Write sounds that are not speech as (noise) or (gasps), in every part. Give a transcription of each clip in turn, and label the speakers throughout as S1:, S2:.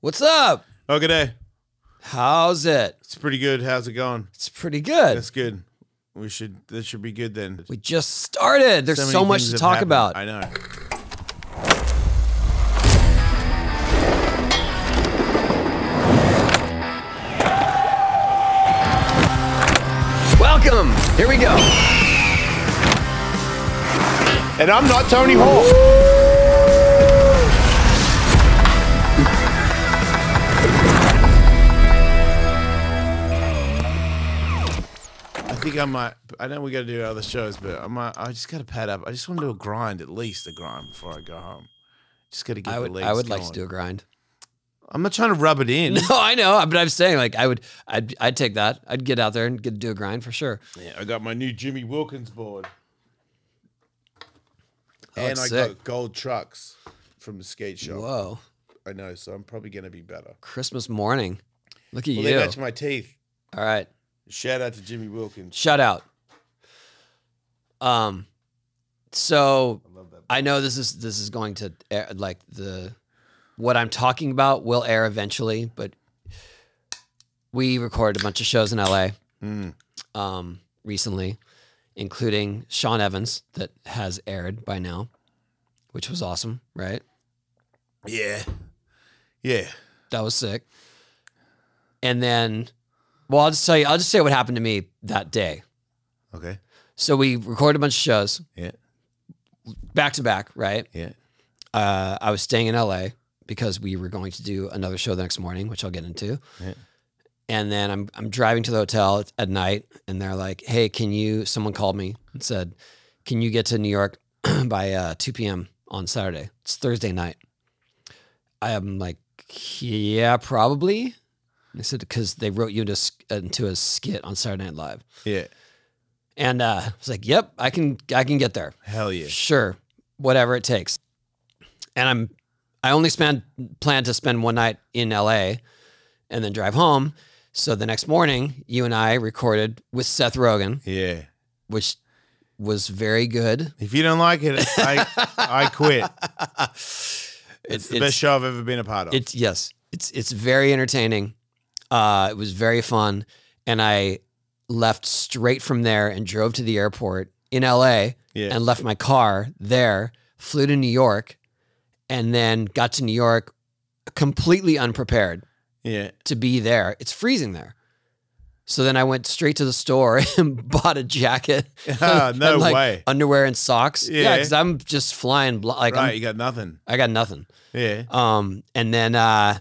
S1: What's up?
S2: Oh, good day.
S1: How's it?
S2: It's pretty good. How's it going?
S1: It's pretty good.
S2: That's good. We should. That should be good then.
S1: We just started. There's so,
S2: many
S1: much
S2: things
S1: to
S2: have
S1: talk
S2: happened.
S1: about.
S2: I know.
S1: Welcome. Here we go.
S3: And I'm not Tony Hawk.
S2: I think I might. I know we got to do other shows, but I might. I just got to pad up. I just want to do a grind, at least a grind before I go home. Just got to get
S1: I
S2: the
S1: would.
S2: legs.
S1: I would like
S2: going.
S1: to do a grind. (laughs)
S2: I'm not trying to rub it in.
S1: No, I know, but I'm saying like I would. I'd. I'd take that. I'd get out there and get do a grind for sure.
S2: Yeah, I got my new Jimmy Wilkins board. and I
S1: that's sick.
S2: got gold trucks from the skate shop.
S1: Whoa.
S2: I know, so I'm probably gonna be better.
S1: Christmas morning. Look at
S2: Well,
S1: you.
S2: they got you my teeth.
S1: All right.
S2: Shout out to Jimmy Wilkins.
S1: Shout out. Um. So
S2: I love that.
S1: I know this is this is going to air, like the what I'm talking about will air eventually, but we recorded a bunch of shows in LA
S2: Mm.
S1: um, recently, including Sean Evans that has aired by now, which was awesome, right?
S2: Yeah, yeah.
S1: That was sick. And then, well, I'll just tell you, I'll just say what happened to me that day.
S2: Okay.
S1: So we recorded a bunch of shows
S2: Yeah,
S1: back to back, right?
S2: yeah.
S1: uh, I was staying in LA because we were going to do another show the next morning, which I'll get into.
S2: Yeah.
S1: And then I'm I'm driving to the hotel at- at night, and they're like, "Hey, can you?" Someone called me and said, "Can you get to New York (clears throat) by uh, 2 p.m. on Saturday? It's Thursday night." I am like, "Yeah, probably." And They said because they wrote you into a sk- into a skit on Saturday Night Live,
S2: Yeah.
S1: and uh, I was like, "Yep, I can I can get there."
S2: Hell yeah.
S1: Sure, whatever it takes. And I'm I only spend plan to spend one night in LA and then drive home. So the next morning, you and I recorded with Seth Rogen,
S2: Yeah.
S1: which was very good. (laughs)
S2: If you don't like (laughs) it, I I quit.
S1: it's,
S2: It's, the best show I've ever been a part of.
S1: It's yes. It's it's very entertaining. Uh, it was very fun, and I left straight from there and drove to the airport in LA
S2: Yeah.
S1: and left my car there. Flew to New York, and then got to New York completely unprepared
S2: (laughs) yeah.
S1: to be there. It's freezing there. So then I went straight to the store (laughs) and bought a jacket,
S2: Ah, no
S1: and, like,
S2: way.
S1: underwear and socks. Yeah,
S2: Yeah.
S1: because I'm just flying. bl- Like
S2: right.
S1: I'm,
S2: You got nothing.
S1: I got nothing.
S2: Yeah.
S1: Um, and then uh,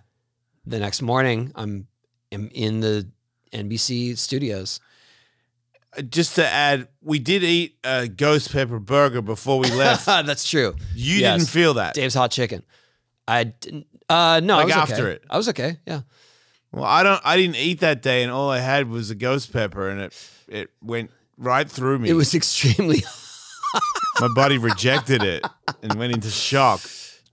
S1: the next morning, I'm, am in the NBC studios.
S2: Just to add, we did eat a ghost pepper burger before we
S1: (laughs)
S2: left.
S1: That's true.
S2: You
S1: Yes.
S2: didn't feel that.
S1: Dave's hot chicken. I didn't. Uh, no, I
S2: Like
S1: was okay.
S2: after it.
S1: I was okay. Yeah.
S2: Well, I don't. I didn't eat that day, and all I had was a ghost pepper, and it it went right through me.
S1: It was extremely. (laughs)
S2: my body rejected it and went into shock.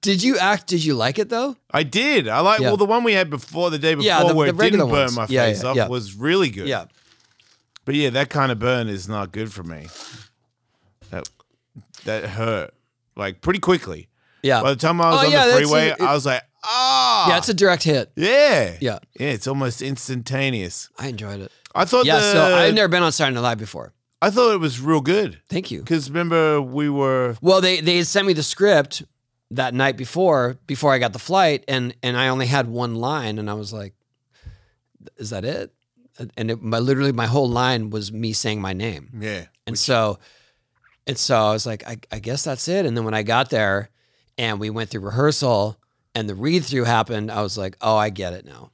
S1: did you act? Did you like it though?
S2: I did. I like
S1: Yeah.
S2: well the one we had before the day before
S1: Yeah, the-
S2: where
S1: the
S2: it didn't
S1: regular
S2: burn
S1: ones.
S2: my face
S1: Yeah, yeah,
S2: off
S1: yeah.
S2: was really good.
S1: Yeah.
S2: But yeah, that kind of burn is not good for me. That that hurt like pretty quickly.
S1: Yeah.
S2: By the time I was
S1: Oh,
S2: on
S1: yeah,
S2: the
S1: that's-
S2: freeway,
S1: it-
S2: I was like, ah,
S1: yeah. It's a direct hit.
S2: yeah,
S1: Yeah.
S2: yeah. It's almost instantaneous.
S1: I enjoyed it.
S2: I thought
S1: Yeah.
S2: the,
S1: so I've never been on Saturday Night Live before.
S2: I thought it was real good
S1: Thank you.
S2: because remember we were
S1: Well, they they had sent me the script that night before before I got the flight, and and I only had one line, and I was like, "Is that it?" And it, my literally my whole line was me saying my name,
S2: yeah
S1: and so and so I was like, I, "I guess that's it." And then when I got there, and we went through rehearsal, and the read through happened, I was like, "Oh, I get it now,"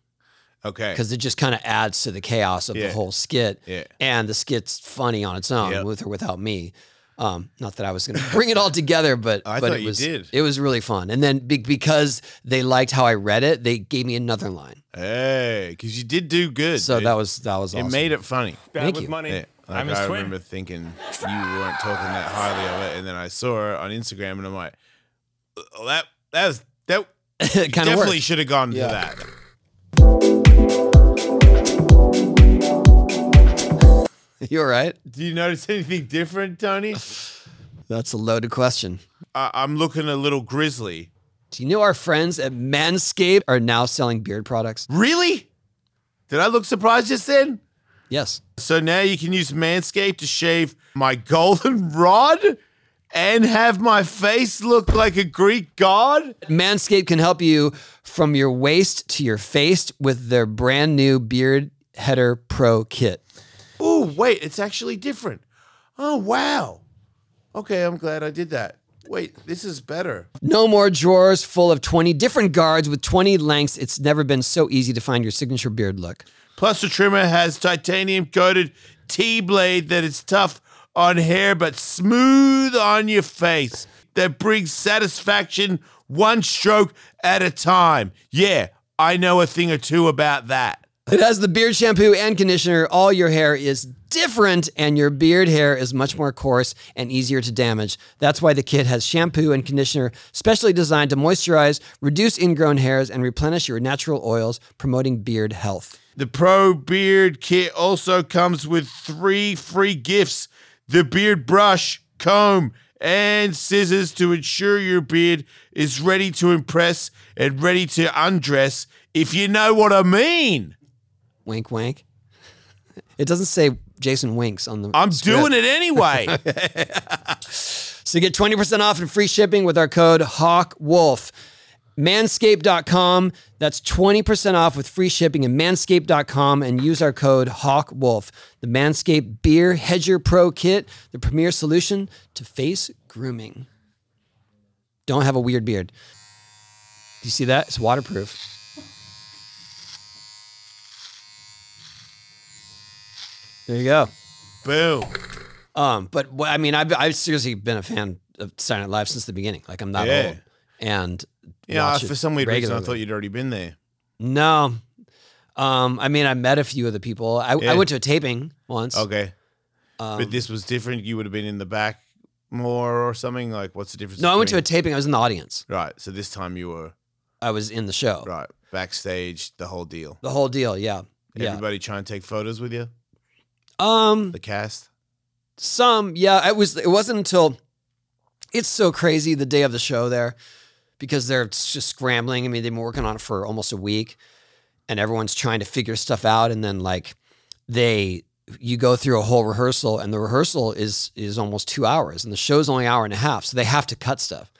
S2: okay
S1: because it just kind of adds to the chaos of
S2: Yeah.
S1: the whole skit
S2: yeah
S1: and the skit's funny on its own
S2: Yep.
S1: with or without me. Um, not that I was going to bring it all together, but
S2: Oh, I
S1: but
S2: thought
S1: it
S2: you
S1: was
S2: did.
S1: it was really fun. And then be- because they liked how I read it, they gave me another line.
S2: hey because you did do good
S1: So
S2: dude.
S1: that was that was
S2: it
S1: awesome. (laughs)
S2: made it funny
S4: That
S1: Thank
S4: was
S1: you.
S4: money.
S2: Yeah,
S4: I'm
S2: like,
S4: his
S2: I
S4: twin.
S2: remember thinking you weren't talking that highly of it, and then I saw her on Instagram, and I'm like, "Oh, that that was that
S1: it kind of
S2: definitely
S1: worked.
S2: should have gone
S1: Yeah.
S2: to that.
S1: (laughs) You're right.
S2: Do you notice (laughs)
S1: (laughs)
S2: anything different, Tony?
S1: That's a loaded question.
S2: I, I'm looking a little grizzly.
S1: Do you know our friends at Manscaped are now selling beard products?
S2: Really? Did I look surprised just then?
S1: Yes.
S2: So now you can use Manscaped to shave my golden (laughs) rod and have my face look like a Greek god?
S1: Manscaped can help you from your waist to your face with their brand new Beard Header Pro kit.
S2: Ooh, wait, it's actually different. Oh, wow. Okay, I'm glad I did that. Wait, this is better.
S1: No more drawers full of 20 different guards with 20 lengths. It's never been so easy to find your signature beard look.
S2: Plus, the trimmer has titanium coated T blade that is tough on hair but smooth on your face that brings satisfaction one stroke at a time. Yeah, I know a thing or two about that.
S1: It has the beard shampoo and conditioner. All your hair is different, and your beard hair is much more coarse and easier to damage. That's why the kit has shampoo and conditioner specially designed to moisturize, reduce ingrown hairs, and replenish your natural oils, promoting beard health.
S2: The Pro Beard Kit also comes with three free gifts the beard brush, comb, and scissors to ensure your beard is ready to impress and ready to undress, if you know what I mean.
S1: Wink, wink. It doesn't say Jason winks on the.
S2: I'm doing it (laughs) anyway.
S1: So you get 20% off and free shipping with our code HawkWolf. Manscaped.com. That's 20% off with free shipping at manscaped.com and use our code HawkWolf. The Manscaped Beer Hedger Pro Kit, the premier solution to face grooming. Don't have a weird beard. Do you see that? It's waterproof. There you go.
S2: Boom.
S1: Um, but wh- I mean, I've, I've seriously been a fan of Saturday Night Live since the beginning. Like I'm not
S2: Yeah.
S1: old, and
S2: Yeah,
S1: watch
S2: for
S1: it
S2: some weird reason, I
S1: regularly.
S2: thought you'd already been there.
S1: no. Um, I mean, I met a few of the people. I,
S2: Yeah.
S1: I went to a taping once.
S2: Okay.
S1: Um,
S2: but this was different. You would have been in the back more or something. Like, what's the difference?
S1: no, I went to a
S2: between-
S1: taping. I was in the audience.
S2: Right. So this time you were,
S1: I was in the show.
S2: right, backstage, the whole deal.
S1: The whole deal. Yeah. Yeah.
S2: Everybody trying to take photos with you,
S1: Um,
S2: the cast.
S1: some. Yeah. It was. It wasn't until it's so crazy the day of the show there because they're just scrambling. I mean, they've been working on it for almost a week, and everyone's trying to figure stuff out. And then like they, you go through a whole rehearsal, and the rehearsal is is almost two hours, and the show's only an hour and a half, so they have to cut stuff.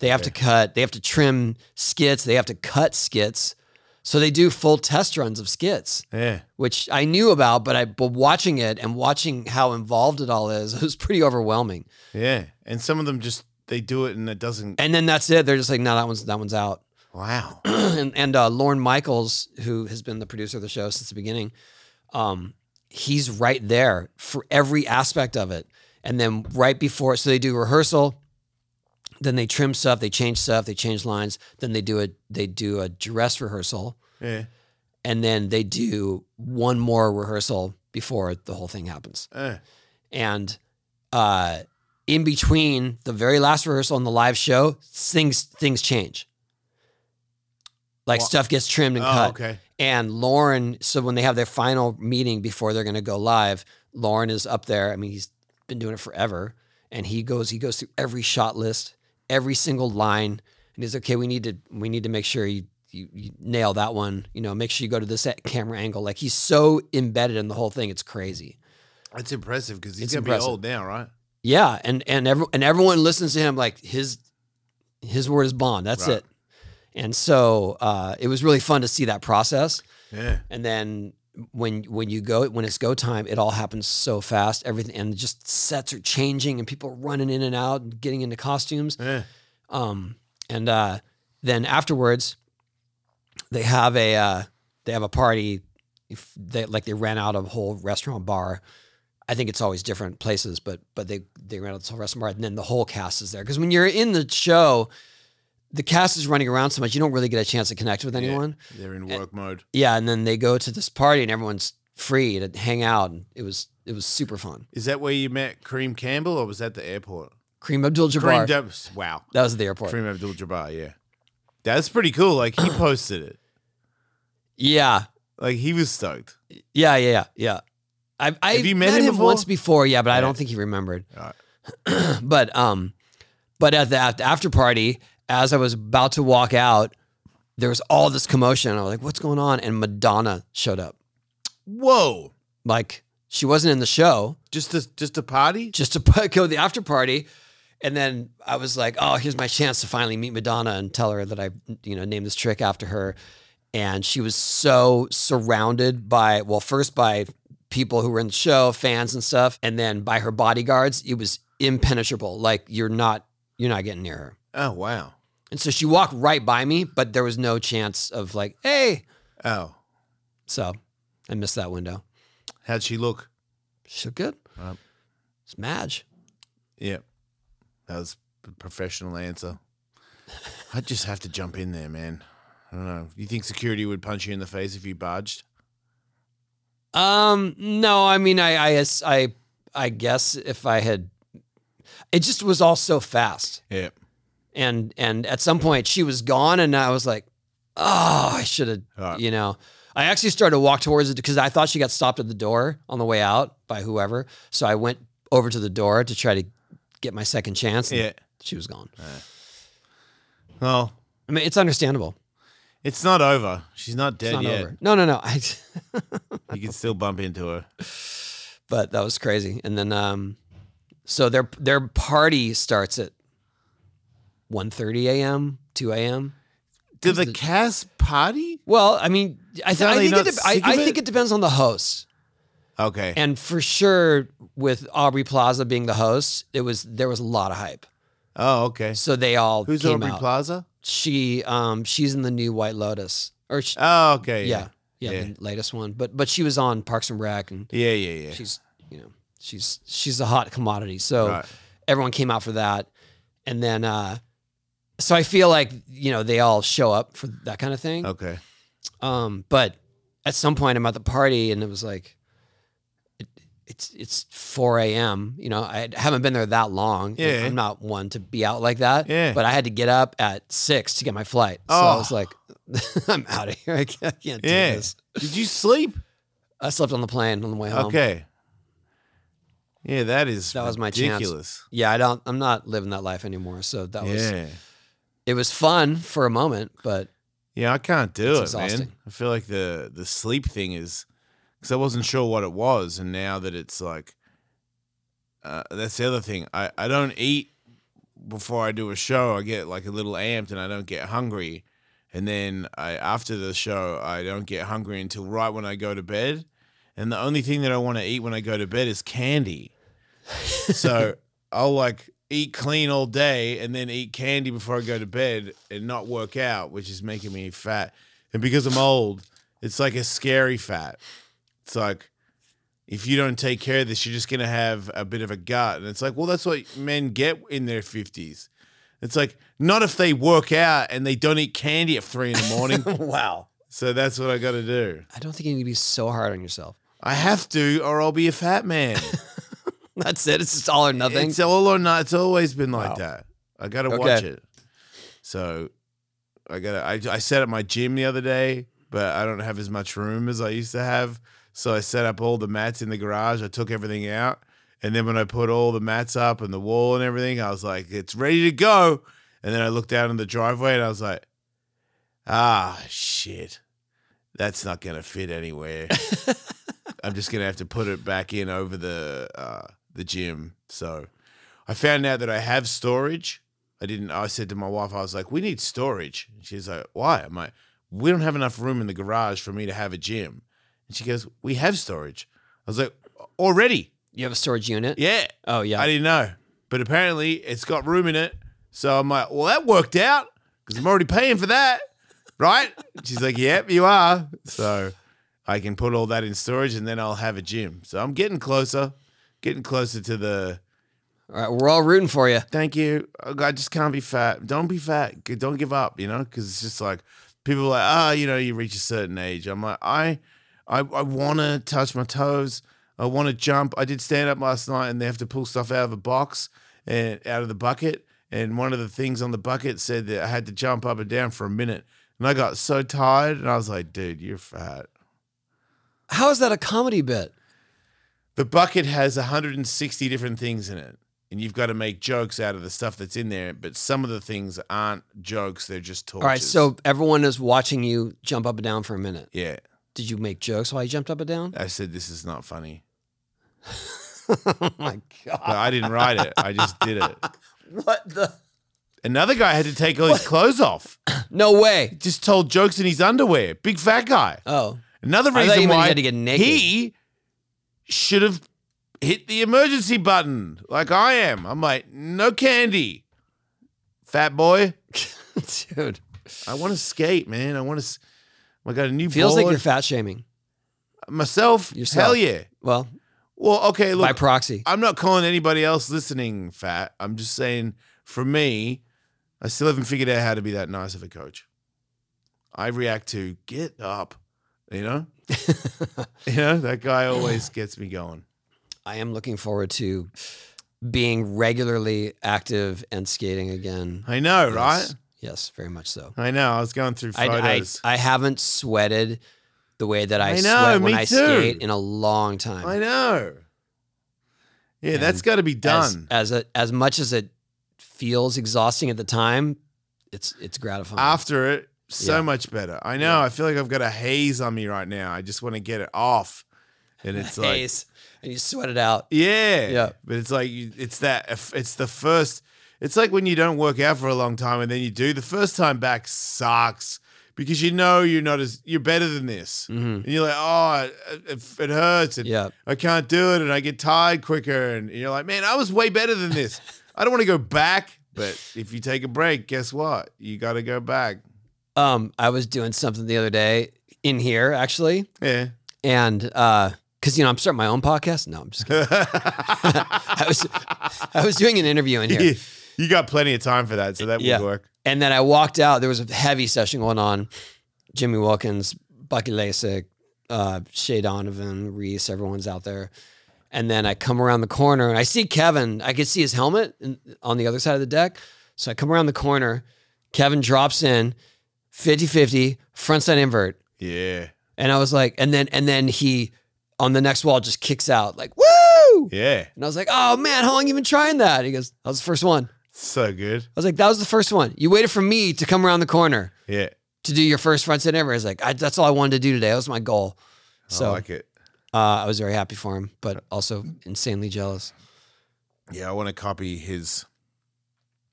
S1: They have to cut. They have to trim skits. They have to cut skits. So they do full test runs of skits
S2: Yeah.
S1: which I knew about, but I but watching it and watching how involved it all is, (laughs) it was pretty overwhelming.
S2: Yeah. And some of them just, they do it and it doesn't.
S1: And then that's it. They're just like, no, that one's that one's out. (clears throat)
S2: Wow.
S1: and and uh, Lorne Michaels, who has been the producer of the show since the beginning, um, he's right there for every aspect of it. And then right before, so they do rehearsal, then they trim stuff, they change stuff, they change lines, then they do a they do a dress rehearsal,
S2: Yeah.
S1: and then they do one more rehearsal before the whole thing happens.
S2: Uh,
S1: and uh, in between the very last rehearsal and the live show, things things change. Like
S2: Wha-
S1: stuff gets trimmed and
S2: oh,
S1: cut.
S2: okay.
S1: And Lauren, so when they have their final meeting before they're going to go live, Lauren is up there. I mean, he's been doing it forever, and he goes he goes through every shot list, every single line, and he's okay. We need to we need to make sure you. You, you nail that one, you know. Make sure you go to this camera angle. Like he's so embedded in the whole thing, it's crazy.
S2: That's impressive because he's
S1: It's
S2: going to be
S1: impressive.
S2: old now, right?
S1: Yeah, and and every, and everyone listens to him like his his word is bond. That's
S2: Right.
S1: it. And so uh, it was really fun to see that process.
S2: Yeah.
S1: And then when when you go when it's go time, it all happens so fast. Everything and just sets are changing and people are running in and out and getting into costumes.
S2: Yeah.
S1: Um, and uh, then afterwards, they have a uh, they have a party. If they like, they ran out of a whole restaurant bar. I think it's always different places, but but they they ran out of this whole restaurant bar, and then the whole cast is there because when you're in the show, the cast is running around so much you don't really get a chance to connect with anyone.
S2: They're
S1: Eh.
S2: in work mode.
S1: Yeah, and then they go to this party and everyone's free to hang out. And it was it was super fun.
S2: Is that where you met Kareem Campbell or was that the airport?
S1: Kareem Abdul-Jabbar.
S2: Kareem Debs. Wow.
S1: that was at the airport.
S2: Kareem Abdul Jabbar, yeah. That's pretty cool. Like
S1: (clears throat)
S2: he posted it.
S1: Yeah,
S2: Like he was stoked.
S1: Yeah, yeah, yeah, yeah. I've, I've
S2: you met him before?
S1: once before, yeah, but I (clears throat)
S2: Yeah.
S1: don't think he remembered.
S2: All
S1: but um, but at the, at the after party, as I was about to walk out, there was all this commotion. I was like, what's going on? And Madonna showed up.
S2: Whoa.
S1: Like, she wasn't in the show,
S2: Just a just a party?
S1: just to (laughs) put, go to the after party. And then I was like, oh, here's my chance to finally meet Madonna and tell her that I, you know, named this trick after her. And she was so surrounded by, well, first by people who were in the show, fans and stuff, and then by her bodyguards. It was impenetrable. Like you're not, you're not getting near her.
S2: Oh wow.
S1: And so she walked right by me, but there was no chance of like, hey.
S2: Oh.
S1: So I missed that window.
S2: How'd she look?
S1: She looked good.
S2: Right.
S1: It's Madge.
S2: Yeah. That was a professional answer. I'd just have to jump in there, man. I don't know. You think security would punch you in the face if you barged?
S1: Um, no, I mean, I, I, guess- I, I guess if I had, it just was all so fast,
S2: Yeah.
S1: and and at some point she was gone, and I was like, oh, I should have,
S2: All right.
S1: you know. I actually started to walk towards it because I thought she got stopped at the door on the way out by whoever, so I went over to the door to try to get my second chance. and
S2: Yeah.
S1: she was gone.
S2: Well,
S1: I mean, it's understandable.
S2: it's not over. She's not
S1: It's
S2: dead
S1: not
S2: yet.
S1: over. No, no, no. I,
S2: You can still bump into her.
S1: but that was crazy. And then, um, so their their party starts at 1.30 a.m., two a.m.
S2: Did the Cass party?
S1: Well, I mean, I, th- I
S2: Sally
S1: think
S2: not
S1: it de- I,
S2: sick of
S1: I
S2: it?
S1: think it depends on the host,
S2: Okay.
S1: and for sure with Aubrey Plaza being the host, it was there was a lot of hype.
S2: oh, okay.
S1: So they all
S2: Who's
S1: came
S2: Aubrey
S1: out.
S2: Plaza?
S1: She um she's in the new White Lotus, or she,
S2: Oh, okay.
S1: yeah, yeah,
S2: Yeah.
S1: the latest one. But but she was on Parks and Rec, and
S2: Yeah, yeah, yeah.
S1: she's you know she's she's a hot commodity. So.
S2: Right.
S1: everyone came out for that and then uh so i feel like you know they all show up for that kind of thing
S2: Okay.
S1: um but at some point i'm at the party and it was like it, it's it's 4 a.m you know i haven't been there that long and
S2: Yeah.
S1: i'm not one to be out like that
S2: Yeah.
S1: but i had to get up at six to get my flight so i was
S2: Oh.
S1: like (laughs) i'm out of here i can't, I can't
S2: Yeah.
S1: do this
S2: Did you sleep?
S1: i slept on the plane on the way home
S2: Okay. Yeah, that is
S1: Um, That was my chance.
S2: ridiculous.
S1: yeah i don't i'm not living that life anymore so that was
S2: Yeah.
S1: it was fun for a moment but
S2: (laughs) Yeah, I can't do
S1: It's
S2: it, man.
S1: exhausting.
S2: I feel like the the sleep thing is because I wasn't sure what it was, and now that it's like uh, that's the other thing. I I don't eat before I do a show. I get like a little amped, and I don't get hungry. And then I after the show, I don't get hungry until right when I go to bed. And the only thing that I want to eat when I go to bed is candy. so I'll like eat clean all day and then eat candy before I go to bed and not work out, which is making me fat. And because I'm old, it's like a scary fat. It's like if you don't take care of this, you're just gonna have a bit of a gut. And it's like, well, that's what men get in their fifties. It's like not if they work out and they don't eat candy at three in the morning.
S1: (laughs) wow.
S2: so that's what I got to do.
S1: I don't think you need to be so hard on yourself. (laughs)
S2: I have to, or I'll be a fat man.
S1: That's it. It's just all or nothing.
S2: It's all or not. It's always been like
S1: Wow.
S2: that. I got to
S1: Okay.
S2: watch it. So I got. to I I set up my gym the other day, but I don't have as much room as I used to have. So I set up all the mats in the garage. I took everything out, and then when I put all the mats up and the wall and everything, I was like, "It's ready to go." And then I looked down in the driveway, and I was like, "Ah, shit, that's not gonna fit anywhere." I'm just gonna have to put it back in over the uh, the gym. So I found out that I have storage. I didn't. I said to my wife, I was like, "We need storage." She's like, "Why?" I'm like, "We don't have enough room in the garage for me to have a gym." And she goes, "We have storage." I was like, "Already?
S1: you have a storage unit?
S2: Yeah."
S1: Oh, yeah.
S2: I didn't know, but apparently it's got room in it. So I'm like, "Well, that worked out because I'm already paying for that, right?" She's like, "Yep, you are." So I can put all that in storage, and then I'll have a gym. So I'm getting closer, getting closer to the
S1: all right. We're all rooting for you.
S2: thank you. I just can't be fat. Don't be fat. G- Don't give up, you know, because it's just like people are like, ah, you know, you reach a certain age. I'm like, I, I, I want to touch my toes. I want to jump. I did stand up last night and they have to pull stuff out of a box and out of the bucket. And one of the things on the bucket said that I had to jump up and down for a minute. And I got so tired and I was like, dude, you're fat.
S1: How is that a comedy bit?
S2: The bucket has 160 different things in it. and you've got to make jokes out of the stuff that's in there. But some of the things aren't jokes; they're just tortures.
S1: All right, so everyone is watching you jump up and down for a minute.
S2: yeah,
S1: Did you make jokes while you jumped up and
S2: (laughs)
S1: down?
S2: I said this is not funny,
S1: oh my god!
S2: but I didn't write it. I just
S1: (laughs)
S2: did it.
S1: What the?
S2: Another guy had to take all his clothes off.
S1: No way!
S2: Just told jokes in his underwear. Big fat guy.
S1: Oh, (laughs)
S2: Another
S1: I thought you
S2: reason
S1: meant he
S2: why
S1: had to get naked.
S2: he should have hit the emergency button like I am. I'm like, no candy, fat boy.
S1: dude,
S2: I want to skate, man. I want to. I got a new
S1: feels like
S2: board.
S1: you're fat shaming.
S2: myself.
S1: Yourself.
S2: Hell yeah.
S1: Well,
S2: Well, okay. Look,
S1: by proxy.
S2: I'm not calling anybody else listening fat. I'm just saying, for me, I still haven't figured out how to be that nice of a coach. I react to get up,
S1: (laughs)
S2: you know. you know that guy always gets me going.
S1: I am looking forward to being regularly active and skating again.
S2: I know,
S1: Yes.
S2: right?
S1: Yes, very much so.
S2: I know. I was going through
S1: I, I,
S2: photos.
S1: I haven't sweated the way that I,
S2: I know,
S1: sweat when
S2: me
S1: I
S2: too.
S1: skate in a long time.
S2: I, know. Yeah, that's
S1: And
S2: got to be done.
S1: As as, a, as much as it feels exhausting at the time, it's it's gratifying.
S2: After it, so
S1: Yeah.
S2: much better. I know. I feel like I've got a haze on me right now. I just want to get it off,
S1: (laughs)
S2: and it's like
S1: Days, and you sweat it out.
S2: Yeah.
S1: Yeah.
S2: But it's like you, it's that it's the first it's like when you don't work out for a long time and then you do the first time back sucks because you know you're not as you're better than this.
S1: Mhm.
S2: And you're like, "Oh, it, it, it hurts and
S1: Yeah.
S2: I can't do it and I get tired quicker." And you're like, "Man, I was way better than this.
S1: (laughs)
S2: I don't want to go back." But if you take a break, guess what? You got to go back.
S1: Um, I was doing something the other day in here actually,
S2: Yeah.
S1: and uh, because you know I'm starting my own podcast. No,
S2: (laughs)
S1: I'm just kidding. (laughs) I was I was doing an interview in here.
S2: you got plenty of time for that, so that
S1: Yeah.
S2: will work.
S1: And then I walked out. There was a heavy session going on. Jimmy Wilkins, Bucky Lasik, uh, Shay Donovan, Reese, everyone's out there. And then I come around the corner and I see Kevin. I could see his helmet in, on the other side of the deck. So I come around the corner. Kevin drops in 50 50, front side invert.
S2: Yeah.
S1: And I was like, and then, and then he on the next wall just kicks out, like, woo!
S2: Yeah.
S1: And I was like, oh man, how long you been trying that? He goes, that was the first one.
S2: So good.
S1: I was like, that was the first one. You waited for me to come around the corner
S2: Yeah.
S1: to do your first front set ever. It's like I, that's all I wanted to do today. That was my goal. So
S2: I Oh, like it.
S1: uh, I was very happy for him, but also insanely jealous.
S2: Yeah, I want to copy his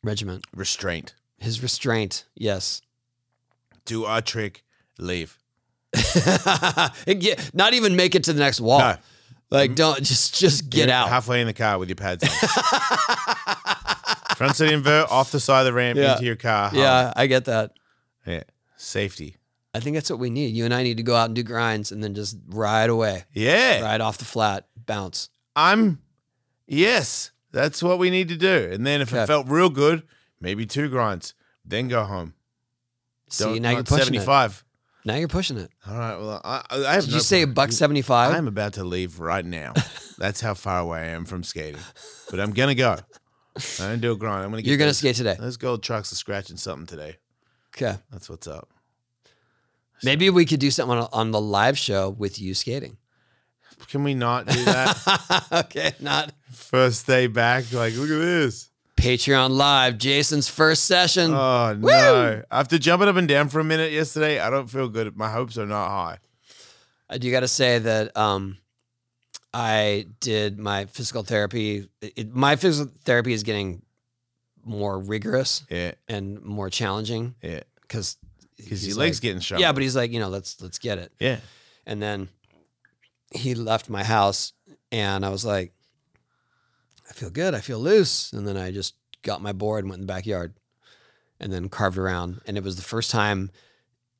S1: Regiment,
S2: restraint.
S1: his restraint, yes. (laughs)
S2: Do our trick, leave.
S1: It get- Not even make it to the next wall.
S2: No. Mm.
S1: Like don't just just get
S2: You're
S1: out. (laughs)
S2: Halfway in the car with your pads on. uh-huh. Front side invert, off the side of the ramp,
S1: Yeah.
S2: into your car. home.
S1: yeah, I get that.
S2: Yeah. Safety.
S1: I think that's what we need. You and I need to go out and do grinds and then just ride away,
S2: Yeah.
S1: ride off the flat, bounce.
S2: I'm, yes, that's what we need to do. And then if
S1: Okay.
S2: it felt real good, maybe two grinds, then go home.
S1: See,
S2: Don't-
S1: now
S2: not
S1: you're pushing
S2: 75.
S1: it. Now you're pushing it.
S2: All right. Well, I, I I have
S1: Did
S2: no
S1: you say a
S2: problem.
S1: buck seventy five?
S2: I'm about to leave
S1: (laughs)
S2: right now. That's how far away I am from skating. But I'm gonna go. I don't do a grind. I'm gonna get
S1: You're gonna
S2: those-
S1: skate today.
S2: Those gold trucks are scratching something today.
S1: Okay.
S2: That's what's up.
S1: Maybe we could do something on, on the live show with you skating.
S2: Can we not do
S1: (laughs)
S2: that?
S1: okay, not
S2: First day back, like look at this.
S1: Patreon live. Jason's first session.
S2: Oh no. After jumping up and down for a minute yesterday, I don't feel good. My hopes are not high.
S1: I do got to say that um, I did my physical therapy. It, my physical therapy is getting more rigorous
S2: Yeah,
S1: and more challenging
S2: yeah.
S1: because
S2: Because your legs getting sharp.
S1: yeah, but he's like, you know, let's let's get it.
S2: yeah.
S1: And then he left my house and I was like, I feel good. I feel loose. And then I just got my board and went in the backyard and then carved around. And it was the first time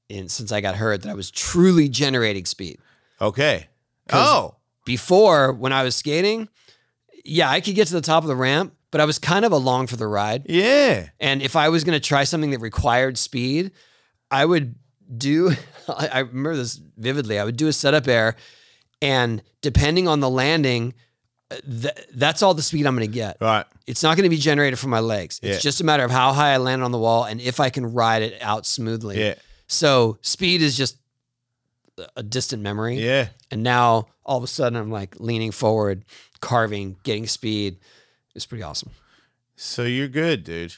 S1: in since I got hurt that I was truly generating speed.
S2: Okay.
S1: 'Cause-
S2: Oh.
S1: Before, when I was skating, yeah, I could get to the top of the ramp, but I was kind of along for the ride.
S2: Yeah.
S1: And if I was going to try something that required speed, I would do, (laughs) I I remember this vividly. I would do a setup air, and depending on the landing, uh, th- that's all the speed I'm going to get.
S2: Right.
S1: It's not going to be generated from my legs. It's
S2: Yeah.
S1: just a matter of how high I land on the wall and if I can ride it out smoothly.
S2: Yeah.
S1: So speed is just a distant memory.
S2: Yeah.
S1: And now all of a sudden I'm like leaning forward, carving, getting speed. It's pretty awesome.
S2: So you're good, dude.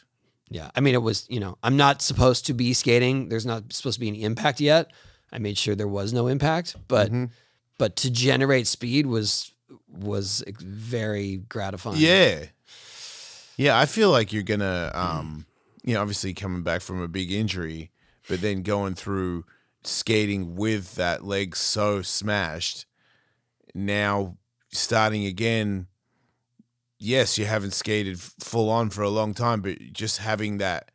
S1: Yeah. I mean, it was, you know, I'm not supposed to be skating. There's not supposed to be any impact yet. I made sure there was no impact, but
S2: Mhm.
S1: but to generate speed was was very gratifying.
S2: Yeah. Yeah, I feel like you're gonna um you know, obviously coming back from a big injury, but then going through skating with that leg so smashed, now starting again, yes, you haven't skated f- full on for a long time, but just having that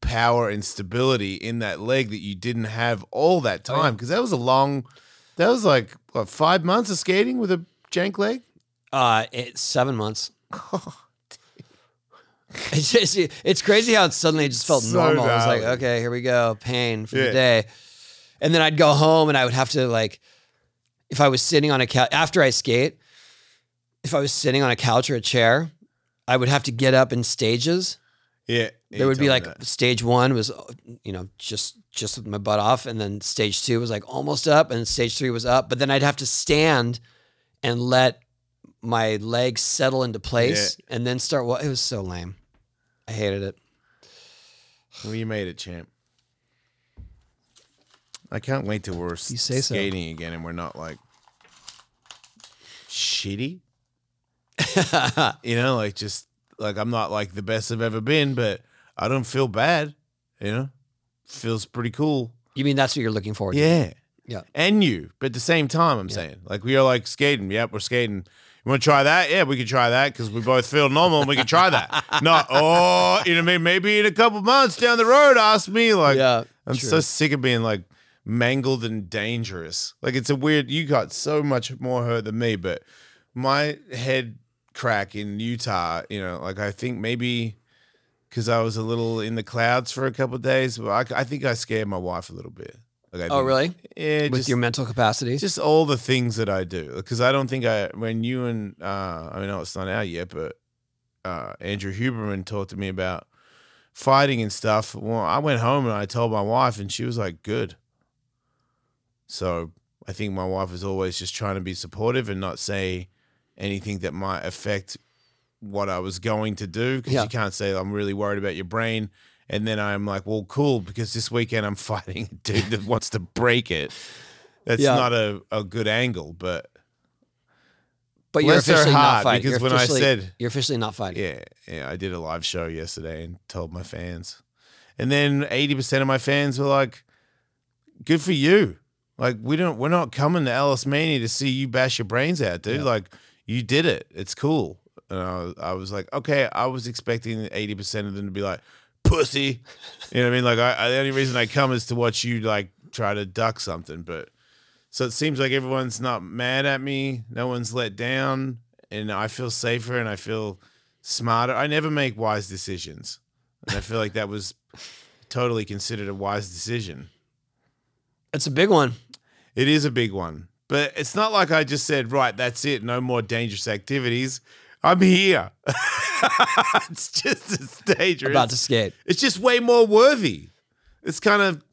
S2: power and stability in that leg that you didn't have all that
S1: Oh, yeah.
S2: time because that was a long that was like what, five months of skating with a jank leg
S1: Uh, it's seven
S2: (laughs)
S1: months. (laughs) It's just, it's crazy how it suddenly just felt
S2: So
S1: normal. I was
S2: gnarly.
S1: like, okay, here we go, pain for
S2: Yeah.
S1: the day. And then I'd go home and I would have to like, if I was sitting on a couch after I skate, if I was sitting on a couch or a chair, I would have to get up in stages.
S2: Yeah. yeah, you
S1: there would
S2: told me
S1: be like
S2: that.
S1: stage one was, you know, just just with my butt off, and then stage two was like almost up, and stage three was up. But then I'd have to stand and let my legs settle into place, and then start. Well, it was so lame. I hated it.
S2: Well, you made it, champ. I can't wait till we're s-
S1: You say so.
S2: skating again and we're not like shitty. You know, like just like I'm not like the best I've ever been, but I don't feel bad. You know, feels pretty cool.
S1: (laughs) you mean that's what you're looking forward to?
S2: Yeah.
S1: Yeah.
S2: And you, but at the same time, I'm saying, like, we are like skating. Yep, we're skating. You want to try that? Yeah, we can try that because we both feel normal and we can try
S1: (laughs)
S2: that. Not, oh, you know what I mean? Maybe in a couple months down the road, ask me. Like,
S1: yeah.
S2: I'm
S1: true.
S2: so sick of being like mangled and dangerous. Like, it's a weird, you got so much more hurt than me, but my head crack in Utah, you know, like, I think maybe. Because I was a little in the clouds for a couple of days, but I, I think I scared my wife a little bit. Like I
S1: Oh,
S2: think-
S1: really?
S2: yeah,
S1: With
S2: just,
S1: your mental capacity?
S2: just all the things that I do. Because I don't think I, when you and, uh, I mean, no, it's not out yet, but uh, Andrew Huberman talked to me about fighting and stuff. Well, I went home and I told my wife, and she was like, good. So I think my wife is always just trying to be supportive and not say anything that might affect what I was going to do. Because
S1: Yeah.
S2: you can't say, I'm really worried about your brain. And then I'm like, well, cool, because this weekend I'm (laughs) fighting a dude that wants to break it. That's
S1: Yeah.
S2: not a, a good angle, but
S1: but you're
S2: bless her
S1: officially
S2: heart,
S1: not fighting.
S2: because
S1: you're
S2: when I
S1: officially-
S2: said-
S1: you're officially not fighting.
S2: yeah, yeah. I did a live show yesterday and told my fans, and then eighty percent of my fans were like, "Good for you." Like we don't, we're not coming to Alice Mania E to see you bash your brains out, dude.
S1: Yeah.
S2: Like you did it. It's cool. And I, was- I was like, okay. I was expecting eighty percent of them to be like, "Pussy," you know what I mean? Like I, I, the only reason I come is to watch you like try to duck something, but. So it seems like everyone's not mad at me. No one's let down, and I feel safer and I feel smarter. I never make wise decisions, and I feel like that was totally considered a wise decision.
S1: It's a big one.
S2: It is a big one, but it's not like I just said, "Right, that's it. No more dangerous activities." I'm here. (laughs) it's just as dangerous.
S1: About to skate.
S2: it's just way more worthy. It's kind of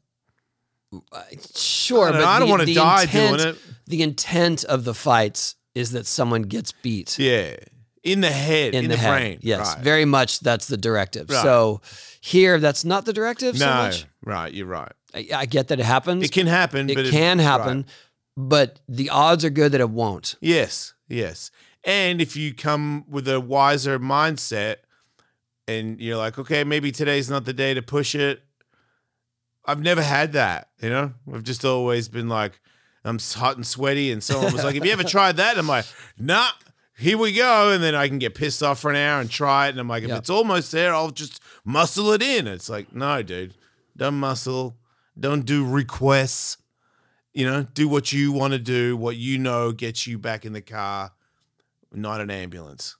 S1: Sure,
S2: I don't
S1: but
S2: know, I don't
S1: the-
S2: wanna
S1: the
S2: die doing
S1: intent,
S2: it.
S1: The intent of the fights is that someone gets beat
S2: yeah in the head, in,
S1: in,
S2: the,
S1: head.
S2: brain.
S1: Yes,
S2: Right.
S1: very much. That's the directive.
S2: Right.
S1: So here, that's not the directive so
S2: no,
S1: much.
S2: right. You're right.
S1: I, I get that it happens.
S2: It can happen.
S1: It
S2: but
S1: can
S2: right.
S1: happen, but the odds are good that it won't.
S2: Yes, yes. And if you come with a wiser mindset and you're like, okay, maybe today's not the day to push it. I've never had that, you know? I've just always been like, I'm s- hot and sweaty. And someone was like, have you ever tried that? I'm like, nah, here we go. And then I can get pissed off for an hour and try it. And I'm like, if
S1: Yeah.
S2: it's almost there, I'll just muscle it in. It's like, no, dude, don't muscle. Don't do requests you know, do what you want to do, what you know gets you back in the car, not an ambulance.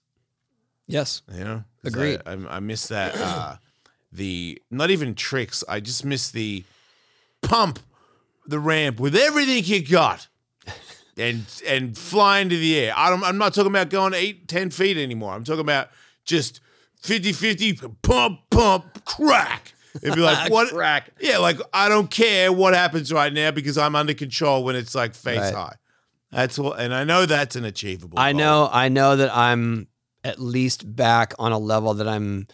S1: Yes,
S2: You know, 'Cause
S1: Agreed.
S2: I, I, I miss that. Uh, (clears throat) the not even tricks. I just miss the pump, the ramp with everything
S1: (laughs)
S2: you got, and and fly into the air. I don't, I'm not talking about going eight, ten feet anymore. I'm talking about just 50-50, pump, pump, crack. It'd be
S1: (laughs)
S2: like what?
S1: Crack.
S2: Yeah, like I don't care what happens right now because I'm under control when it's like face
S1: Right.
S2: high. That's what, and I know that's an achievable.
S1: I
S2: goal.
S1: know. I know that I'm at least back on a level that I'm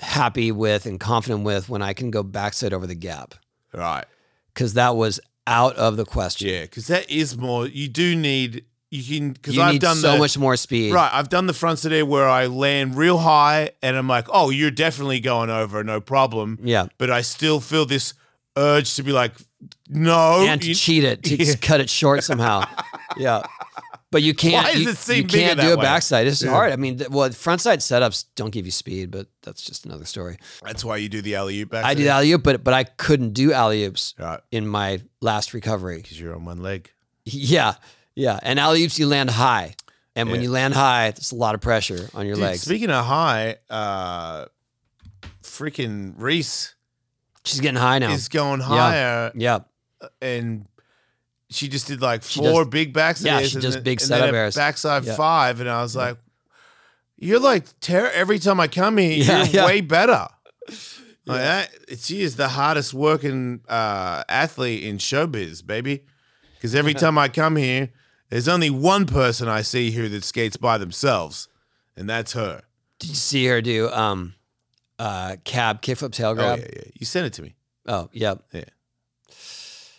S1: happy with and confident with when I can go backsit over the gap
S2: Right.
S1: because that was out of the question.
S2: Yeah, because that is more. You do need you can because
S1: You
S2: I've
S1: need
S2: done
S1: so
S2: the,
S1: much more speed.
S2: Right, I've done the front today where I land real high and I'm like, oh, you're definitely going over, no problem.
S1: Yeah.
S2: But I still feel this urge to be like, no.
S1: and to
S2: you-
S1: cheat it to
S2: (laughs) Yeah.
S1: cut it short somehow. yeah, but
S2: (laughs)
S1: you can't.
S2: Why does
S1: you,
S2: it seem
S1: you
S2: bigger
S1: can't
S2: that
S1: do a
S2: way?
S1: backside. It's
S2: Yeah.
S1: hard. I mean, th- well, frontside setups don't give you speed, but that's just another story.
S2: that's why you do the alley oop back.
S1: I did
S2: there.
S1: alley oop, but but I couldn't do alley oops
S2: Right,
S1: in my last recovery. (laughs)
S2: because you're on one leg.
S1: Yeah, yeah, and alley oops you land high, and when
S2: Yeah.
S1: you land high, there's a lot of pressure on your
S2: Dude,
S1: legs.
S2: Speaking of high, uh, freaking Reese
S1: She's getting high now.
S2: is going higher
S1: yeah,
S2: and she just did like
S1: does-
S2: four big backside
S1: yeah,
S2: airs
S1: she
S2: and
S1: does
S2: then-
S1: big
S2: and then
S1: setup
S2: a
S1: airs.
S2: backside
S1: Yeah.
S2: five and I was like you're like ter- every time I come here
S1: Yeah,
S2: you're
S1: yeah. (laughs)
S2: way better like that, she is the hardest working uh, athlete in showbiz baby
S1: (laughs)
S2: because every time I come here there's only one person I see here that skates by themselves and that's her
S1: did you see her do um, uh, cab kickflip tail
S2: oh yeah,
S1: grab?
S2: yeah you sent it to me
S1: Oh yeah,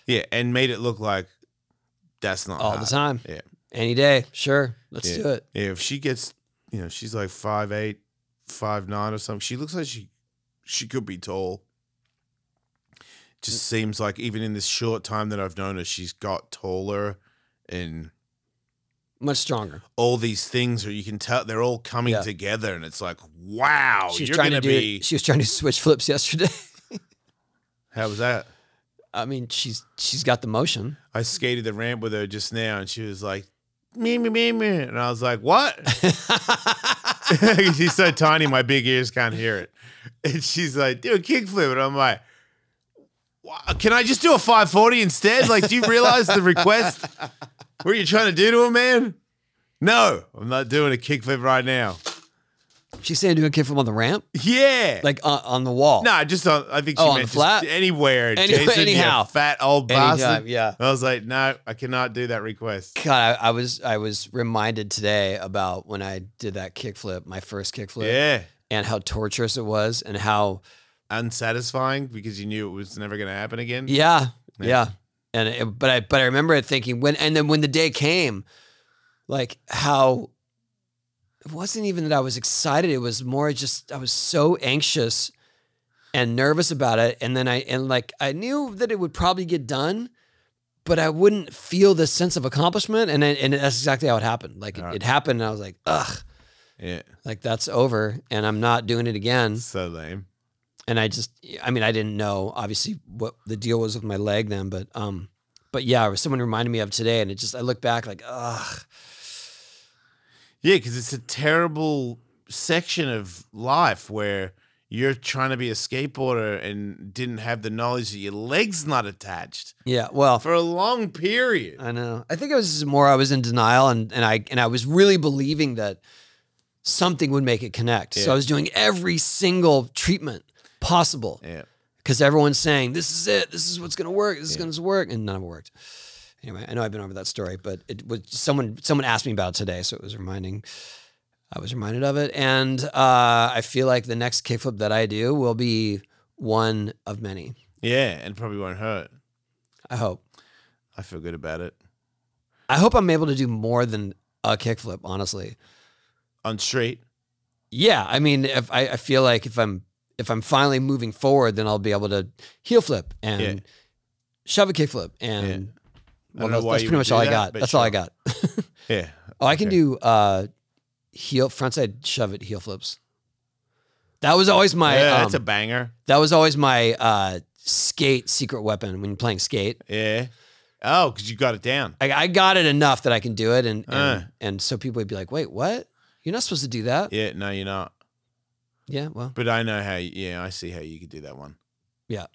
S2: yeah and made it look like that's not
S1: all
S2: hard.
S1: the time.
S2: Yeah.
S1: any day, sure. Let's
S2: Yeah.
S1: do it.
S2: Yeah, if she gets, you know, she's like five eight, five nine or something. She looks like she she could be tall. Just seems like even in this short time that I've known her, she's got taller, and
S1: Much stronger.
S2: all these things are you can tell they're all coming
S1: Yeah.
S2: together, and it's like wow,
S1: she was
S2: Oh, you're
S1: trying
S2: gonna
S1: to do.
S2: be.
S1: She was trying to (laughs) switch flips yesterday. (laughs)
S2: How was that?
S1: I mean, she's she's got the motion.
S2: I skated the ramp with her just now, and she was like, me me me me, and I was like, what? (laughs) she's so tiny, my big ears can't hear it. And she's like, do a kickflip. And I'm like, "Wha- can I just do a 540 instead? Like, do you realize the request? What are you trying to do to a man? No, I'm not doing a kickflip right now.
S1: she's saying doing a kickflip on the
S2: (laughs)
S1: ramp,
S2: Yeah.
S1: like on, on the wall.
S2: no, just on, I think she
S1: Oh, on
S2: meant
S1: the
S2: just
S1: flat?
S2: anywhere.
S1: Any-
S2: Jason, you
S1: anyhow.
S2: fat old bastard.
S1: Anytime, yeah.
S2: I was like, no, I cannot do that request.
S1: God, I, I was I was reminded today about when I did that kickflip, my first kickflip,
S2: Yeah.
S1: and how torturous it was, and how
S2: Unsatisfying because you knew it was never going to happen again.
S1: yeah,
S2: Yeah.
S1: yeah. And it, but I but I remember it thinking when and then when the day came, like how it wasn't even that I was excited. It was more just I was so anxious and nervous about it. And then I and like I knew that it would probably get done, but I wouldn't feel this sense of accomplishment. And then, and that's exactly how it happened. Like it,
S2: Right.
S1: it happened, and I was like, ugh,
S2: Yeah.
S1: like that's over, and I'm not doing it again.
S2: So lame.
S1: And I just, I mean, I didn't know obviously what the deal was with my leg then, but um, but yeah, it was someone reminded me of today, and it just I look back like, ugh,
S2: Yeah, because it's a terrible section of life where you're trying to be a skateboarder and didn't have the knowledge that your leg's not attached
S1: yeah. Well,
S2: for a long period.
S1: I know. I think it was just more I was in denial and and I and I was really believing that something would make it connect. So
S2: Yeah.
S1: I was doing every single treatment possible
S2: Yeah.
S1: because everyone's saying this is it, this is what's going to work, this is going to work, and none of it worked. Anyway, I know I've been over that story, but it was someone someone asked me about it today, so it was reminding. I was reminded of it, and uh, I feel like the next kickflip that I do will be one of many.
S2: Yeah, and probably won't hurt.
S1: I hope.
S2: I feel good about it.
S1: I hope I'm able to do more than a kickflip. Honestly,
S2: On street.
S1: yeah i mean if I, I feel like if i'm if i'm finally moving forward then i'll be able to heel flip and
S2: Yeah.
S1: shove a kickflip and
S2: I
S1: well
S2: don't know
S1: that's,
S2: why
S1: that's
S2: you
S1: pretty
S2: would
S1: much
S2: do
S1: all i
S2: that,
S1: got
S2: but
S1: that's all i
S2: sure. (laughs)
S1: got
S2: Yeah.
S1: oh i can
S2: Okay.
S1: do uh heel frontside shove it heel flips that was always my
S2: yeah,
S1: um,
S2: that's a banger.
S1: that was always my uh skate secret weapon when playing skate
S2: Yeah. Oh, because you got it down.
S1: I, I got it enough that i can do it and and,
S2: Uh.
S1: and so people would be like wait what you're not supposed to do that yeah,
S2: Yeah, no, you're not.
S1: well
S2: But I know how. Yeah, I see how you could do that one.
S1: Yeah.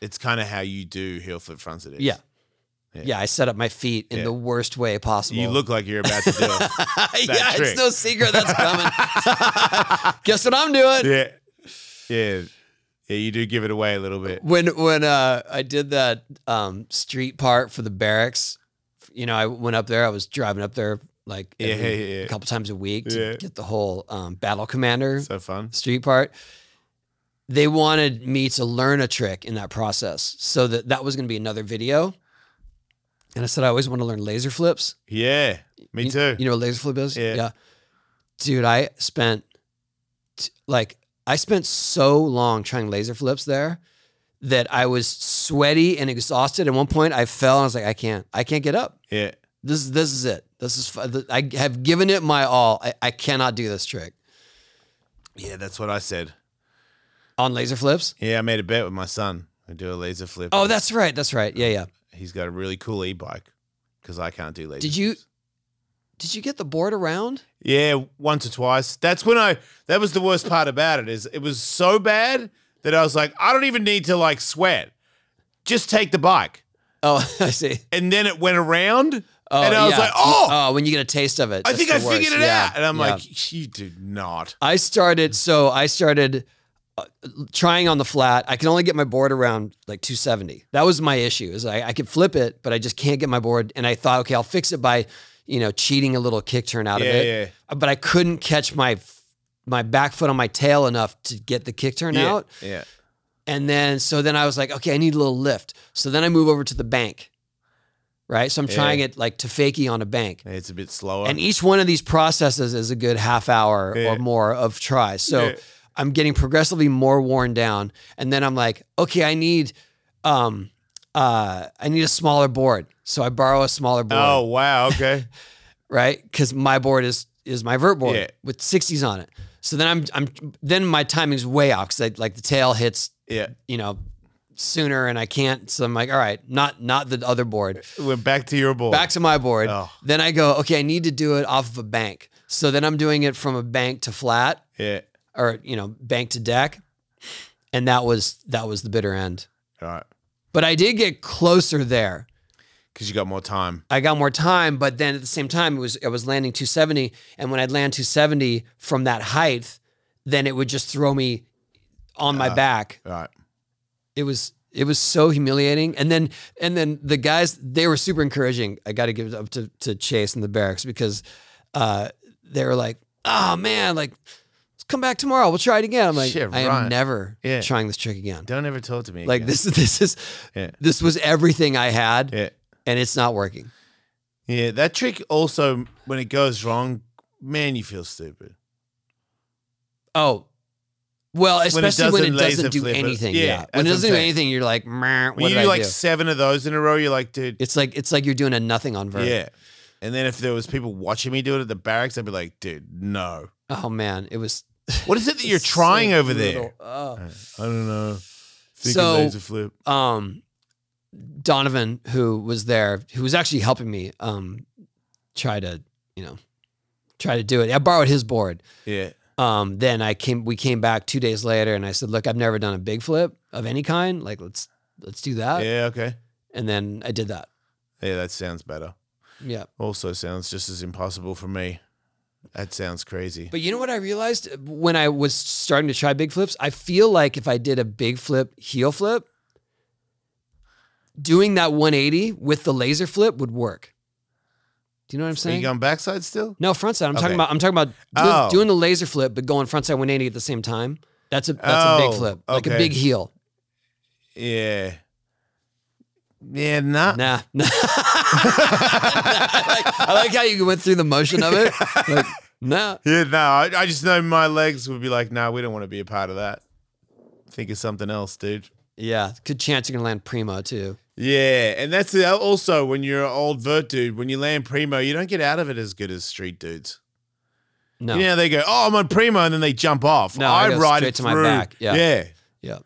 S2: It's kind of how you do heel flip fronts. It is.
S1: yeah
S2: Yeah.
S1: yeah, I set up my feet in
S2: Yeah.
S1: the worst way possible.
S2: You
S1: (laughs)
S2: look like you're about to do it.
S1: yeah,
S2: trick.
S1: it's no secret (laughs) that's coming. (laughs) Guess what I'm doing?
S2: (laughs) yeah, yeah, yeah. You do give it away a little bit.
S1: When when uh, I did that um, street part for the barracks, you know, I went up there. I was driving up there like
S2: Yeah,
S1: every
S2: yeah, yeah.
S1: couple times a week to
S2: Yeah.
S1: get the whole um, battle commander
S2: So fun.
S1: street part. They wanted me to learn a trick in that process, so that that was going to be another video. And I said I always want to learn laser flips.
S2: Yeah, me
S1: You-
S2: too.
S1: You know what laser flip is?
S2: Yeah.
S1: Dude, I spent t- like I spent so long trying laser flips there that I was sweaty and exhausted. At one point, I fell and I was like, I can't, I can't get up.
S2: yeah.
S1: This is this is it. This is fu- th- I have given it my all. I, I cannot do this trick
S2: Yeah, that's what I said.
S1: on laser flips.
S2: Yeah, I made a bet with my son. I do a laser flip.
S1: Oh, that's right. That's right. Yeah, yeah.
S2: he's got a really cool e-bike because I can't do laser.
S1: Did you-
S2: flips.
S1: Did you get the board around?
S2: Yeah, once or twice. That's when I. That was the worst part about it is it was so bad that I was like, I don't even need to like sweat. Just take the bike,
S1: Oh, (laughs) I see.
S2: and then it went around.
S1: Oh,
S2: And I was like, "Oh!"
S1: when you get a taste of it.
S2: I
S1: that's
S2: think
S1: the
S2: I
S1: worst.
S2: figured it
S1: Yeah,
S2: out, and I'm
S1: yeah.
S2: like, you did not.
S1: I started, so I started uh, trying on the flat. I can only get my board around like 270. That was my issue is I, I could flip it, but I just can't get my board. And I thought, okay, I'll fix it by, you know, cheating a little kick turn out
S2: Yeah,
S1: of it.
S2: yeah.
S1: Uh, But I couldn't catch my, f- my back foot on my tail enough to get the kick turn
S2: yeah,
S1: out.
S2: yeah.
S1: And then, so then I was like, okay, I need a little lift. So then I move over to the bank, right? So I'm
S2: Yeah.
S1: trying it like to fakie on a bank.
S2: It's a bit slower.
S1: And each one of these processes is a good half hour
S2: Yeah.
S1: or more of tries. So
S2: Yeah.
S1: I'm getting progressively more worn down. And then I'm like, okay, I need um uh I need a smaller board. So I borrow a smaller board,
S2: oh wow,
S1: (laughs)
S2: okay.
S1: right? Because my board is is my vert board
S2: Yeah.
S1: with 60s on it. So then I'm I'm then my timing's way out because like the tail hits,
S2: yeah,
S1: you know, sooner and I can't. So I'm like, all right, not not the other board
S2: went back to your board.
S1: back to my board.
S2: Oh.
S1: Then I go, okay, I need to do it off of a bank. So then I'm doing it from a bank to flat
S2: yeah.
S1: or you know, bank to deck. And that was that was the bitter end.
S2: All right,
S1: But I did get closer there.
S2: because you got more time.
S1: I got more time, but then at the same time it was I was landing 270 and when I'd land 270 from that height, then it would just throw me on my
S2: Ah.
S1: back.
S2: All right.
S1: It was it was so humiliating. And then and then the guys they were super encouraging. I got to give it up to to Chase and the barracks because uh, they were like, "Oh man, like let's come back tomorrow. We'll try it again." I'm like,
S2: Shit,
S1: "I am
S2: right.
S1: never
S2: Yeah.
S1: trying this trick again."
S2: Don't ever talk to me.
S1: Like
S2: again.
S1: this is this is
S2: Yeah.
S1: this was everything I had,
S2: Yeah.
S1: and it's not working.
S2: Yeah, that trick also when it goes wrong, man, you feel stupid.
S1: Oh. Well, especially when it
S2: doesn't
S1: doesn't,
S2: laser
S1: do
S2: flip it.
S1: anything.
S2: Yeah,
S1: Yeah. When
S2: that's what
S1: it
S2: I'm
S1: doesn't do
S2: saying.
S1: anything, you're like, "Meh, what
S2: When
S1: did
S2: you do
S1: I
S2: like
S1: do?"
S2: seven of those in a row, you're like, dude,
S1: It's like it's like you're doing a nothing on vert.
S2: yeah. And then if there was people watching me do it at the barracks, I'd be like, dude, no.
S1: Oh man, it was.
S2: What is it that you're trying
S1: so
S2: over
S1: brutal. Oh.
S2: there? I don't know. Think
S1: So-
S2: of laser flip.
S1: um, Donovan, who was there, who was actually helping me um, try to, you know, try to do it. I borrowed his board.
S2: Yeah.
S1: Um, then I came, we came back two days later, and I said, "Look, I've never done a big flip of any kind. Like, let's let's do that."
S2: Yeah, okay.
S1: And then I did that.
S2: Yeah, that sounds better.
S1: Yeah.
S2: Also sounds just as impossible for me. That sounds crazy.
S1: But you know what I realized when I was starting to try big flips? I feel like if I did a big flip, heel flip, doing that 180 with the laser flip would work. Do you know what I'm
S2: Are you
S1: saying?
S2: going backside still?
S1: No, front side. I'm
S2: Okay.
S1: talking about. I'm talking about do-
S2: Oh.
S1: doing the laser flip, but going front side 180 at the same time. That's a that's a
S2: Oh,
S1: big flip, like
S2: okay.
S1: a big heel.
S2: Yeah. Yeah, nah.
S1: Nah, (laughs) nah. I, like, I like how you went through the motion of it. Like, nah,
S2: (laughs) Yeah, no, I, I just know my legs would be like, nah, we don't want to be a part of that. Think of something else, dude.
S1: yeah. Good chance you're gonna land primo too.
S2: Yeah, and that's the- also when you're an old vert dude, when you land primo, you don't get out of it as good as street dudes.
S1: No,
S2: You know, they go, oh, I'm on primo, and then they jump off.
S1: No, I
S2: I,
S1: go
S2: ride
S1: straight
S2: it
S1: to my
S2: through.
S1: back. Yeah.
S2: yeah.
S1: yeah.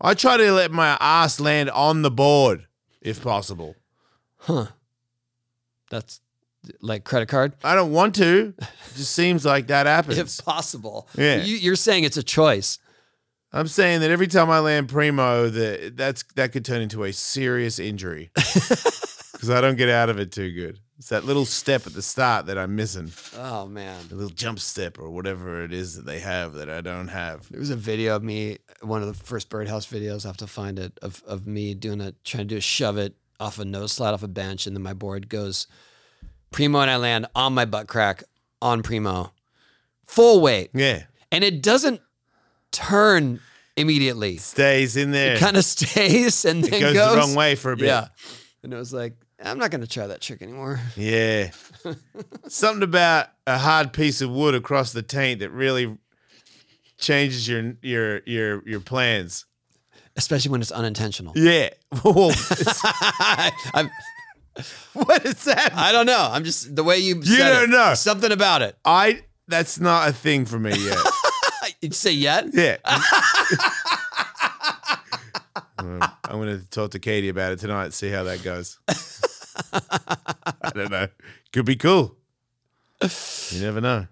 S2: I try to let my ass land on the board if possible.
S1: Huh. That's like credit card,
S2: I don't want to. It just seems like that
S1: (laughs)
S2: happens.
S1: if possible.
S2: Yeah.
S1: You, you're saying it's a choice.
S2: I'm saying that every time I land primo, that that's that could turn into a
S1: (laughs)
S2: serious injury because I don't get out of it too good. It's that little step at the start that I'm missing,
S1: Oh man.
S2: the little jump step or whatever it is that they have that I don't have.
S1: There was a video of me, one of the first birdhouse videos. I have to find it of of me doing a trying to do a shove it off a nose slide off a bench, and then my board goes Primo and I land on my butt crack on Primo, full weight,
S2: Yeah.
S1: and it doesn't turn immediately.
S2: Stays in there.
S1: It kind of (laughs) stays and then
S2: It goes, the wrong way for a bit.
S1: Yeah, and I was like, I'm not gonna try that trick anymore. (laughs)
S2: Yeah. Something about a hard piece of wood across the taint that really changes your your your your plans.
S1: especially when it's unintentional.
S2: Yeah. (laughs) Well, it's-
S1: (laughs) I'm,
S2: what is that?
S1: I don't know. I'm just the way you.
S2: You
S1: said
S2: don't
S1: it,
S2: know.
S1: something about it.
S2: I that's not a thing for me yet.
S1: You say yet? (laughs)
S2: Yeah. Um, I'm going to talk to Katie about it tonight, see how that goes. I don't know. Could be cool. You never know.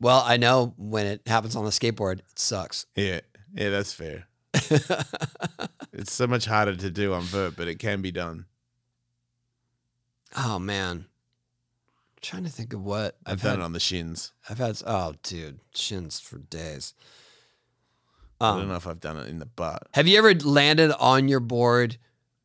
S1: Well, I know when it happens on the skateboard, it sucks. (laughs)
S2: Yeah. Yeah, that's fair. it's so much harder to do on vert, but it can be done.
S1: Oh man, I'm trying to think of what
S2: I've,
S1: I've,
S2: done
S1: had.
S2: it on the shins.
S1: I've had. Oh, dude, shins for days.
S2: I don't
S1: Um,
S2: know if I've done it in the butt.
S1: have you ever landed on your board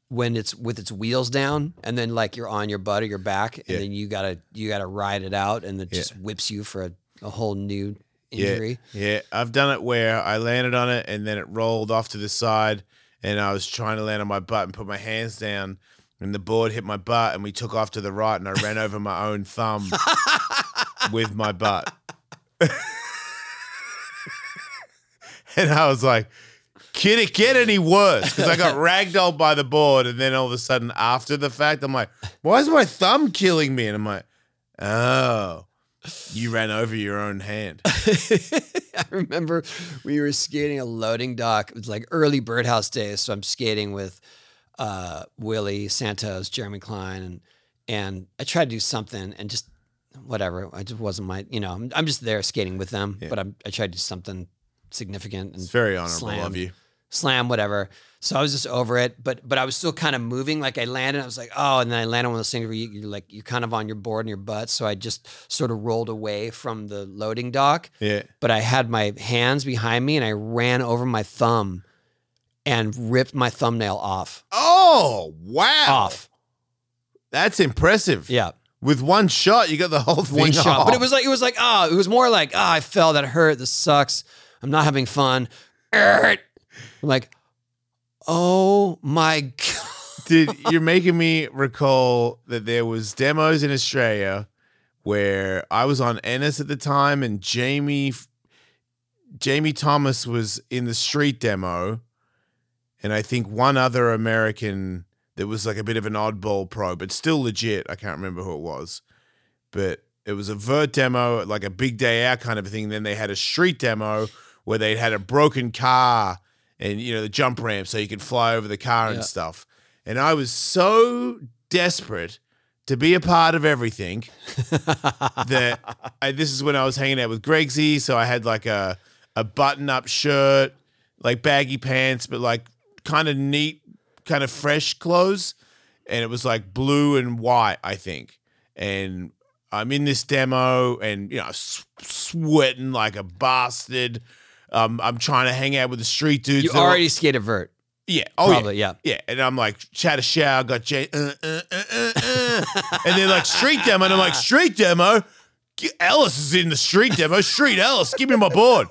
S1: when it's with its wheels down, and then like you're on your butt or your back, and
S2: Yeah.
S1: then you gotta you gotta ride it out, and it
S2: Yeah.
S1: just whips you for a, a whole new
S2: Yeah.
S1: injury?
S2: Yeah, I've done it where I landed on it and then it rolled off to the side, and I was trying to land on my butt and put my hands down, and the board hit my butt, and we took off to the right, and I ran over my own thumb with my butt. and I was like, could it get any worse? Because I got ragdolled by the board, and then all of a sudden, after the fact, I'm like, why is my thumb killing me? And I'm like, oh, you ran over your own hand.
S1: (laughs) I remember we were skating a loading dock. It was like early Birdhouse days, so I'm skating with uh, Willie Santos, Jeremy Klein, and and I tried to do something and just whatever. I just wasn't my, you know, I'm, I'm just there skating with them,
S2: Yeah.
S1: but I'm, I tried to do something significant and
S2: It's very honorable
S1: slammed.
S2: of you.
S1: slam, whatever. So I was just over it, but but I was still kind of moving. Like I landed, I was like, oh, and then I landed on one of those things where you, you're like you're kind of on your board and your butt. So I just sort of rolled away from the loading dock
S2: Yeah.
S1: but I had my hands behind me and I ran over my thumb and ripped my thumbnail off.
S2: Oh wow,
S1: Off.
S2: that's impressive.
S1: Yeah.
S2: With one shot, you got the whole thing.
S1: One shot.
S2: off.
S1: But it was like it was like, oh, it was more like, oh, I fell, that hurt, this sucks. I'm not having fun. Err. I'm like, oh my (laughs) god.
S2: Did you're making me recall that there was demos in Australia where I was on Ennis at the time, and Jamie Jamie Thomas was in the street demo, and I think one other American that was like a bit of an oddball pro, but still legit. I can't remember who it was, but it was a vert demo, like a big day out kind of thing. Then they had a street demo where they had a broken car and you know the jump ramp, so you could fly over the car
S1: Yeah.
S2: and stuff. And I was so desperate to be a part of everything
S1: (laughs)
S2: that I, this is when I was hanging out with Greg Z. So I had like a a button up shirt, like baggy pants, but like kind of neat, kind of fresh clothes, and it was like blue and white, I think. And I'm in this demo, and you know, s- sweating like a bastard. Um, I'm trying to hang out with the street dudes.
S1: You
S2: They're all-
S1: already skated vert.
S2: yeah, oh yeah,
S1: probably, yeah.
S2: yeah, and I'm like, Chata Shao got J, uh, uh, uh, uh, uh. and they're like, street demo. And I'm like, street demo? G- Ellis is in the street demo. Street Ellis, give me my board.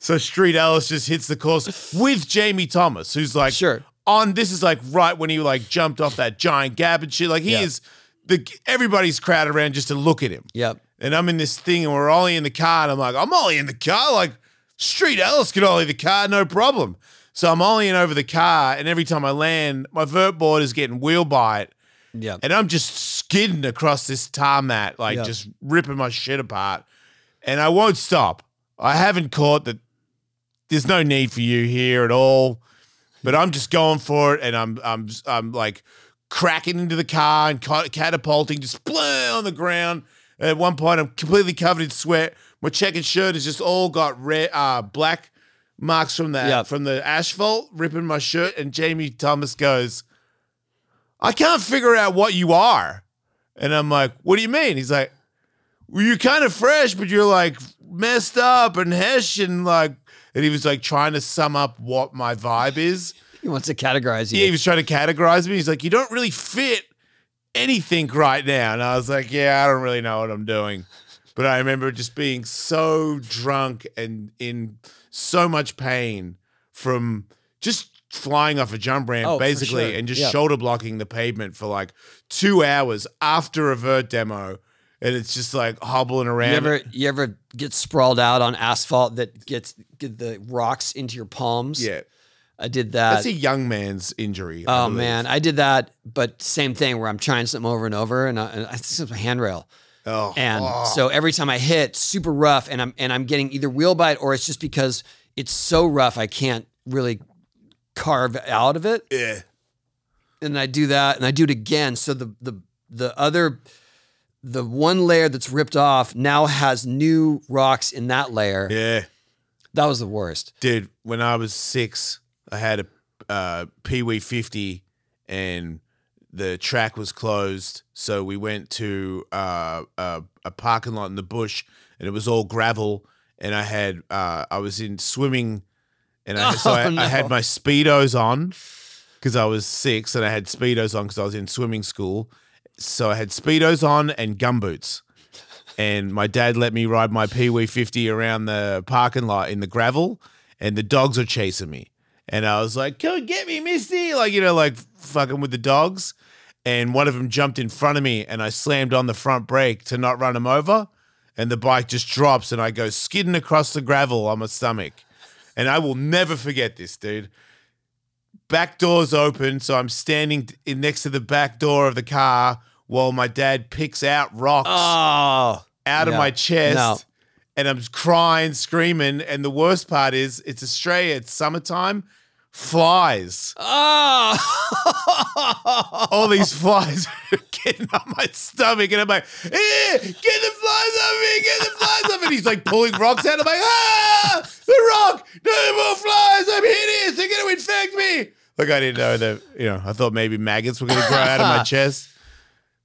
S2: So Street Ellis just hits the course with Jamie Thomas, who's like,
S1: Sure.
S2: on this is like right when he like jumped off that giant gap and shit. Like, he
S1: Yeah.
S2: is, the everybody's crowded around just to look at him.
S1: Yep.
S2: And I'm in this thing, and we're Ollie in the car, and I'm like, I'm Ollie in the car. Like, Street Ellis could Ollie the car, no problem. So I'm Ollieing over the car, and every time I land, my vert board is getting wheel bite,
S1: Yep.
S2: and I'm just skidding across this tar mat, like
S1: Yeah.
S2: just ripping my shit apart. And I won't stop. I haven't caught that there's no need for you here at all. But I'm just going for it, and I'm I'm I'm like cracking into the car and ca- catapulting, just blah, on the ground. And at one point, I'm completely covered in sweat. My checkered shirt has just all got red, uh, black marks from the
S1: Yeah.
S2: from the asphalt ripping my shirt. And Jamie Thomas goes, "I can't figure out what you are." And I'm like, "What do you mean?" He's like, well, you're kind of fresh, but you're like messed up and hesh and like. And he was like trying to sum up what my vibe is.
S1: He wants to categorize you.
S2: Yeah, he was trying to categorize me. He's like, you don't really fit anything right now. And I was like, yeah, I don't really know what I'm doing. But I remember just being so drunk and in so much pain from just flying off a jump ramp,
S1: Oh, for
S2: basically,
S1: sure.
S2: and just
S1: Yeah.
S2: shoulder blocking the pavement for like two hours after a vert demo. And it's just like hobbling around.
S1: You ever you ever get sprawled out on asphalt that gets get the rocks into your palms?
S2: yeah.
S1: I did that.
S2: That's a young man's injury. I
S1: Uh, Oh
S2: believe.
S1: man, I did that, but same thing where I'm trying something over and over, and I, and I think it was a handrail,
S2: Oh.
S1: and
S2: oh.
S1: so every time I hit, super rough, and I'm and I'm getting either wheel bite or it's just because it's so rough I can't really carve out of it,
S2: yeah.
S1: and I do that, and I do it again, so the the the other the one layer that's ripped off now has new rocks in that layer.
S2: Yeah.
S1: That was the worst.
S2: Dude, when I was six, I had a uh, Pee Wee 50 and the track was closed. So we went to uh, a, a parking lot in the bush and it was all gravel. And I had, uh, I was in swimming and I,
S1: (laughs)
S2: so
S1: Oh,
S2: I, I
S1: no.
S2: had my Speedos on because I was six and I had Speedos on because I was in swimming school. So I had Speedos on and gumboots. and my dad let me ride my Pee Wee 50 around the parking lot in the gravel, and the dogs are chasing me. And I was like, come and get me, Misty. Like, you know, like fucking with the dogs. And one of them jumped in front of me, and I slammed on the front brake to not run him over. And the bike just drops, and I go skidding across the gravel on my stomach. And I will never forget this, dude. Back door's open, so I'm standing in next to the back door of the car while my dad picks out rocks
S1: Oh,
S2: out of
S1: No.
S2: my chest
S1: No.
S2: and I'm crying, screaming. And the worst part is it's Australia, it's summertime, flies.
S1: (laughs) oh. (laughs)
S2: All these flies (laughs) are getting on my stomach. And I'm like, eh, get the flies off me, get the flies off me. And he's like pulling rocks out. I'm like, ah, the rock, no more flies. I'm hideous. They're going to infect me. Look, I didn't know that, you know, I thought maybe maggots were going to grow out of
S1: (laughs)
S2: my chest.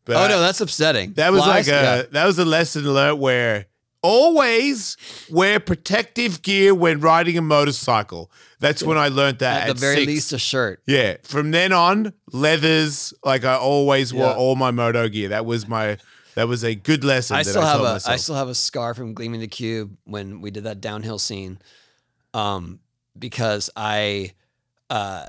S2: But
S1: Oh no, that's upsetting.
S2: That was
S1: Flies?
S2: like a
S1: Yeah.
S2: that was a lesson learned where always wear protective gear when riding a motorcycle. That's when I learned that
S1: at the very
S2: six.
S1: least a shirt.
S2: Yeah, from then on, leathers. Like I always wore
S1: Yeah.
S2: all my moto gear. That was my that was a good lesson.
S1: I
S2: that
S1: still
S2: I
S1: have
S2: taught
S1: a I
S2: myself.
S1: still have a scar from Gleaming the Cube when we did that downhill scene, um, because I, uh,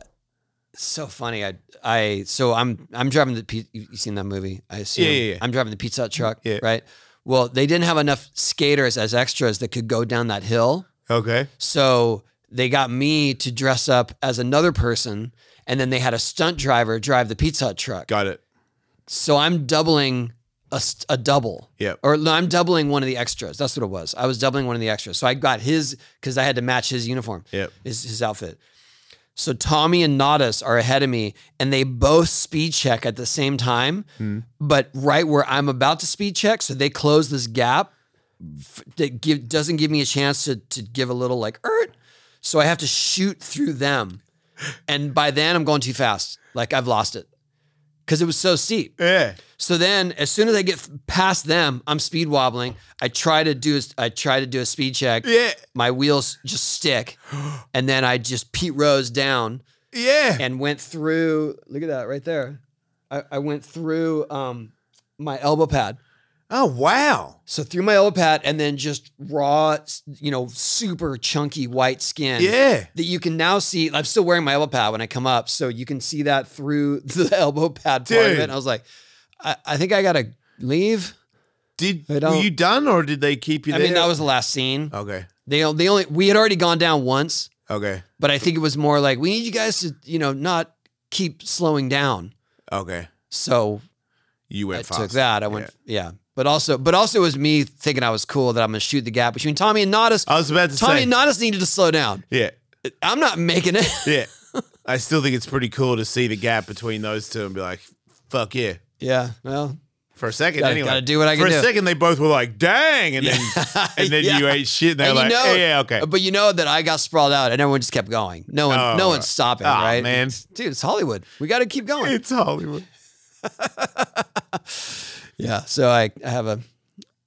S1: so funny. I I so I'm I'm driving the pi- you you seen that movie? I assume
S2: Yeah, yeah, yeah.
S1: I'm driving the pizza Hut truck,
S2: Yeah.
S1: right? Well, they didn't have enough skaters as extras that could go down that hill,
S2: okay.
S1: so they got me to dress up as another person, and then they had a stunt driver drive the pizza Hut truck.
S2: Got it.
S1: So I'm doubling a, st- a double.
S2: Yep.
S1: Or no, I'm doubling one of the extras. That's what it was. I was doubling one of the extras. So I got his because I had to match his uniform,
S2: Yep.
S1: his, his outfit. So Tommy and Nadas are ahead of me, and they both speed check at the same time,
S2: Hmm.
S1: but right where I'm about to speed check, so they close this gap f- that give, doesn't give me a chance to to give a little like ert. So I have to shoot through them, and by then I'm going too fast. Like I've lost it because it was so steep.
S2: Yeah.
S1: So then, as soon as I get f- past them, I'm speed wobbling. I try to do a, I try to do a speed check.
S2: Yeah.
S1: My wheels just
S2: (gasps)
S1: stick, and then I just Pete Rose down
S2: Yeah.
S1: and went through. Look at that right there. I, I went through um, my elbow pad.
S2: Oh wow.
S1: So through my elbow pad, and then just raw, s- you know, super chunky white skin.
S2: Yeah.
S1: That you can now see. I'm still wearing my elbow pad when I come up, so you can see that through (laughs) the elbow pad part of
S2: Dude.
S1: it. And I was like, I, I think I gotta leave.
S2: Did
S1: I
S2: were
S1: don't-
S2: you done or did they keep you
S1: I
S2: there?
S1: mean, that was the last scene.
S2: okay.
S1: They They the only we had already gone down once,
S2: Okay.
S1: but I think it was more like we need you guys to you know not keep slowing down.
S2: Okay.
S1: So
S2: You
S1: I
S2: went fast.
S1: took that. I went yeah. But also, but also, it was me thinking I was cool that I'm gonna shoot the gap between Tommy and Nadas.
S2: I was about to
S1: Tommy
S2: say.
S1: and Nadas needed to slow down.
S2: yeah.
S1: I'm not making it. (laughs)
S2: Yeah. I still think it's pretty cool to see the gap between those two and be like, fuck yeah.
S1: Yeah. Well.
S2: For a second,
S1: Gotta-
S2: anyway.
S1: gotta do what I
S2: For
S1: can
S2: a
S1: do. (laughs)
S2: second, they both were like, dang. And then and then you
S1: Yeah.
S2: ate shit. And they're
S1: And you
S2: like,
S1: know-
S2: "Yeah, yeah, okay.
S1: But you know that I got sprawled out, and everyone just kept going. No one,
S2: Oh,
S1: no one's stopping,
S2: aw,
S1: right?
S2: man.
S1: It's- dude, it's Hollywood. We got to keep going.
S2: It's Hollywood.
S1: yeah. So I, I have a.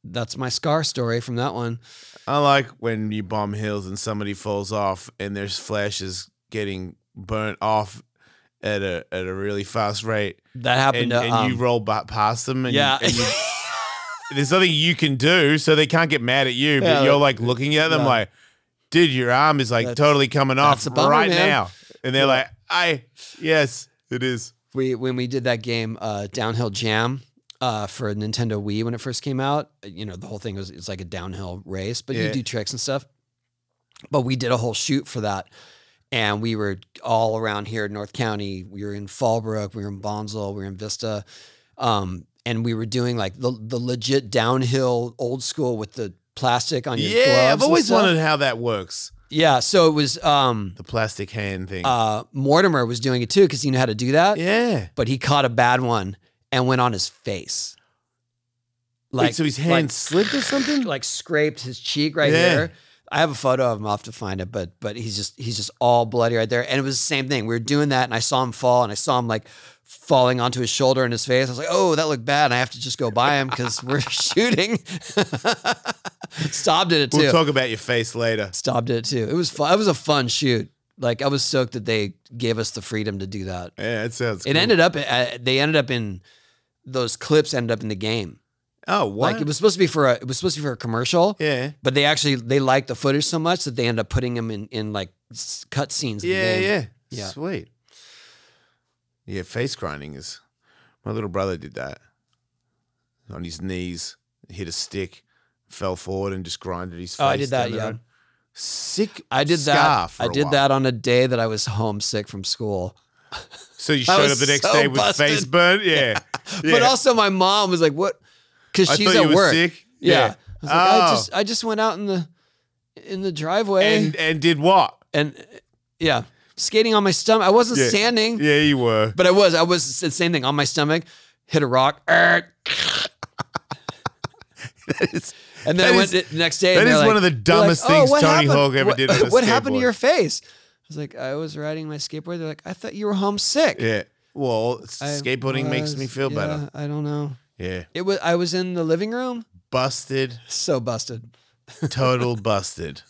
S1: That's my scar story from that one.
S2: I like when you bomb hills and somebody falls off and there's flashes getting burnt off at a at a really fast rate,
S1: That happened
S2: and,
S1: to
S2: and
S1: um,
S2: you roll back past them, and
S1: yeah. (laughs)
S2: and you- there's nothing you can do, so they can't get mad at you. But
S1: Yeah,
S2: you're like looking at them
S1: no.
S2: like, dude, your arm is like
S1: That's-
S2: totally coming off
S1: that's a bummer,
S2: right
S1: man.
S2: now, and they're like, I yes, it is.
S1: we when we did that game uh, downhill jam uh, for Nintendo Wii when it first came out, you know the whole thing was it's like a downhill race, but
S2: Yeah.
S1: you do tricks and stuff. But we did a whole shoot for that, and we were all around here in North County. We were in Fallbrook, we were in Bonzel, we were in Vista, um, and we were doing like the the legit downhill old school with the plastic on your gloves.
S2: Yeah, I've
S1: and
S2: always
S1: stuff.
S2: wondered how that works.
S1: Yeah, so it was um,
S2: The plastic hand thing.
S1: uh, Mortimer was doing it too because he knew how to do that
S2: yeah.
S1: but he caught a bad one and went on his face.
S2: Like, so his hand slipped or something?
S1: like, (sighs) like scraped his cheek right
S2: Yeah.
S1: here. I have a photo of him. I'll have to find it, but but he's just he's just all bloody right there. And it was the same thing. We were doing that, and I saw him fall, and I saw him like falling onto his shoulder and his face. I was like, oh, that looked bad. And I have to just go by him because we're (laughs) shooting. Stopped at it too.
S2: We'll talk about your face later.
S1: Stopped at it too. It was fun. It was a fun shoot. Like I was stoked that they gave us the freedom to do that
S2: Yeah, it sounds.
S1: it
S2: cool.
S1: ended up uh, they ended up in those clips ended up in the game
S2: Oh, what?
S1: like it was supposed to be for a it was supposed to be for a commercial
S2: yeah,
S1: but they actually they liked the footage so much that they ended up putting them in in like s- cut scenes in the
S2: yeah,
S1: game.
S2: yeah,
S1: Yeah.
S2: Sweet. Yeah, face grinding is. My little brother did that. On his knees, hit a stick, fell forward, and just grinded his face.
S1: Oh, I did that,
S2: down the
S1: yeah.
S2: road. Sick.
S1: i did
S2: scar
S1: that
S2: for
S1: i
S2: a
S1: did
S2: while.
S1: that on a day that i was homesick from school
S2: So you
S1: I
S2: showed
S1: was
S2: up the next
S1: so
S2: day with
S1: busted.
S2: face burn. Yeah. yeah.
S1: (laughs) but also my mom was like what because
S2: I
S1: she's
S2: thought
S1: at
S2: you were
S1: work
S2: sick.
S1: yeah, I, was like, I
S2: Oh.
S1: just eh. i just went out in the in the driveway
S2: and
S1: and,
S2: and did what?
S1: yeah skating on my stomach i wasn't
S2: Yeah.
S1: standing
S2: Yeah, you
S1: (laughs)
S2: were.
S1: But I was, I was the same thing on my stomach, hit a rock, (laughs) er,
S2: (laughs) It's-
S1: and then I
S2: That
S1: went
S2: is-
S1: the next day.
S2: that
S1: and they're
S2: is
S1: like-
S2: one of the
S1: they're like,
S2: dumbest
S1: "Oh,
S2: things
S1: what
S2: Tony
S1: happened?
S2: Hogg ever
S1: What-
S2: did on a
S1: What happened to
S2: skateboard?"
S1: your face? I was like, I was riding my skateboard. They're like, I thought you were homesick.
S2: Yeah. Well,
S1: I
S2: skateboarding makes
S1: was-
S2: me feel better.
S1: yeah, I don't know.
S2: Yeah.
S1: It was. I was in the living room,
S2: Busted.
S1: so busted. (laughs)
S2: Total busted.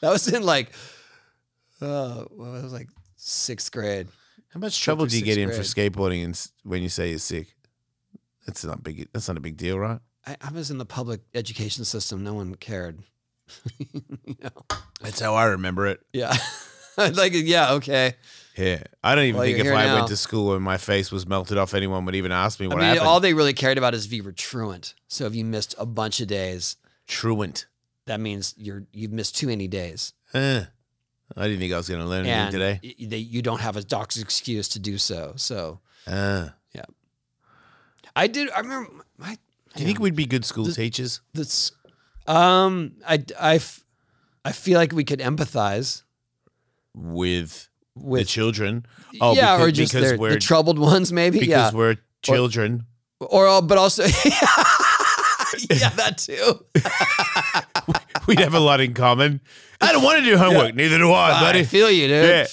S1: That was in like, uh, well, it was like sixth grade.
S2: How much trouble
S1: through
S2: do you get in
S1: sixth
S2: for skateboarding and s- when you say you're sick? That's not big. That's not a big deal, right?
S1: I, I was in the public education system. No one cared. (laughs) you know?
S2: That's how I remember it.
S1: Yeah. (laughs) like, yeah, okay.
S2: Yeah, I don't even
S1: Well,
S2: think
S1: you're
S2: if
S1: here
S2: I
S1: now.
S2: went to school and my face was melted off, anyone would even ask me
S1: I
S2: what
S1: mean,
S2: happened.
S1: all they really cared about is if you were truant. So if you missed a bunch of days,
S2: Truant.
S1: that means you're you've missed too many days,
S2: Eh. I didn't think I was going to learn anything
S1: and
S2: today.
S1: y- they, you don't have a doc's excuse to do so. So
S2: Eh.
S1: I did. I remember. I,
S2: do you think we'd be good school teachers?
S1: that's? Um, I I f- I feel like we could empathize
S2: With, the
S1: with
S2: children, oh,
S1: yeah,
S2: because-
S1: or just
S2: because
S1: their,
S2: we're-
S1: the troubled ones, maybe. yeah,
S2: because we're children.
S1: or uh, but also. (laughs) yeah, that
S2: (laughs)
S1: too.
S2: We'd have a lot in common. I don't want to do homework. Neither do I,
S1: I
S2: buddy.
S1: feel you, dude.
S2: Yeah.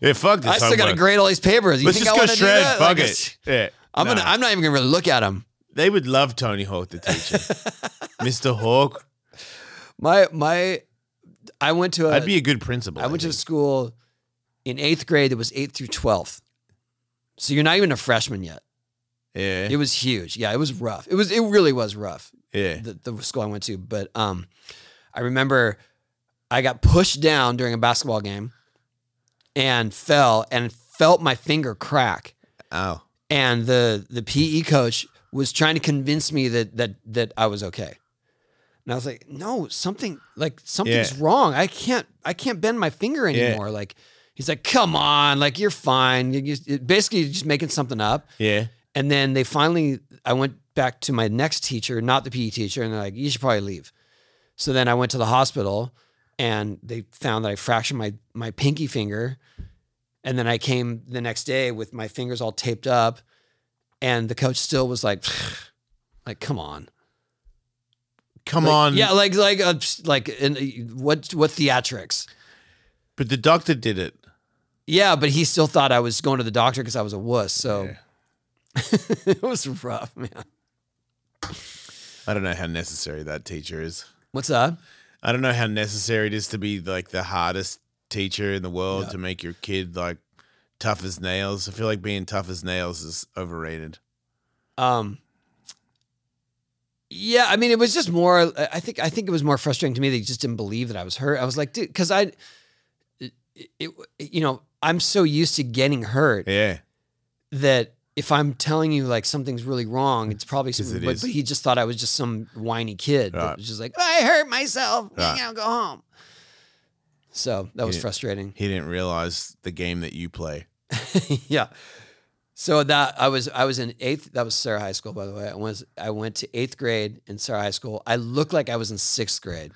S2: Yeah, fuck this
S1: I still
S2: homework.
S1: got to grade all these papers. You
S2: Let's
S1: think I
S2: just go
S1: want to do
S2: shred.
S1: that?
S2: Fuck
S1: Like, it's-
S2: it. Yeah.
S1: I'm
S2: Nah.
S1: gonna. I'm not even gonna really look at him.
S2: They would love Tony Hawk the teacher.
S1: (laughs)
S2: Mr. Hawk.
S1: My my. I went to a.
S2: I'd be a good principal.
S1: I went to a
S2: think.
S1: school in eighth grade that was eighth through twelfth. So you're not even a freshman yet.
S2: Yeah.
S1: It was huge. Yeah, it was rough. It was. It really was rough.
S2: yeah.
S1: The, the school I went to, but um, I remember I got pushed down during a basketball game, and fell and felt my finger crack.
S2: Oh.
S1: and the the PE coach was trying to convince me that that that I was okay. And I was like, "No, something like something's
S2: Yeah.
S1: wrong. I can't I can't bend my finger
S2: Yeah.
S1: anymore." Like he's like, "Come on, like you're fine." You- you- basically, you're just making something up.
S2: Yeah.
S1: And then they finally, I went back to my next teacher, not the PE teacher, and they're like, "You should probably leave." So then I went to the hospital, and they found that I fractured my my pinky finger, and then I came the next day with my fingers all taped up, and the coach still was like, (sighs) "Like, come on,
S2: Come
S1: Like,
S2: on.
S1: yeah, like like uh, like in, what what theatrics."
S2: But the doctor did it.
S1: Yeah, but he still thought I was going to the doctor because I was a wuss. So
S2: Yeah.
S1: (laughs) it was rough, man.
S2: I don't know how necessary that teacher is.
S1: What's up?
S2: I don't know how necessary it is to be like the hardest teacher in the world
S1: Yeah.
S2: to make your kid like tough as nails. I feel like being tough as nails is overrated.
S1: Um, yeah, I mean, it was just more. I I think I think it was more frustrating to me that he just didn't believe that I was hurt. I was like, dude, because I, it, it, you know, I'm so used to getting hurt
S2: Yeah.
S1: that if I'm telling you like something's really wrong, it's probably
S2: Yes,
S1: something.
S2: it
S1: But,
S2: is.
S1: but he just thought I was just some whiny kid
S2: Right.
S1: that was just like, I hurt myself.
S2: Right.
S1: I'll go home. So that was
S2: Yeah.
S1: frustrating.
S2: He didn't realize the game that you play.
S1: (laughs) yeah. So that I was I was in eighth. That was Sarah High School, by the way. I was I went to eighth grade in Sarah High School. I looked like I was in sixth grade.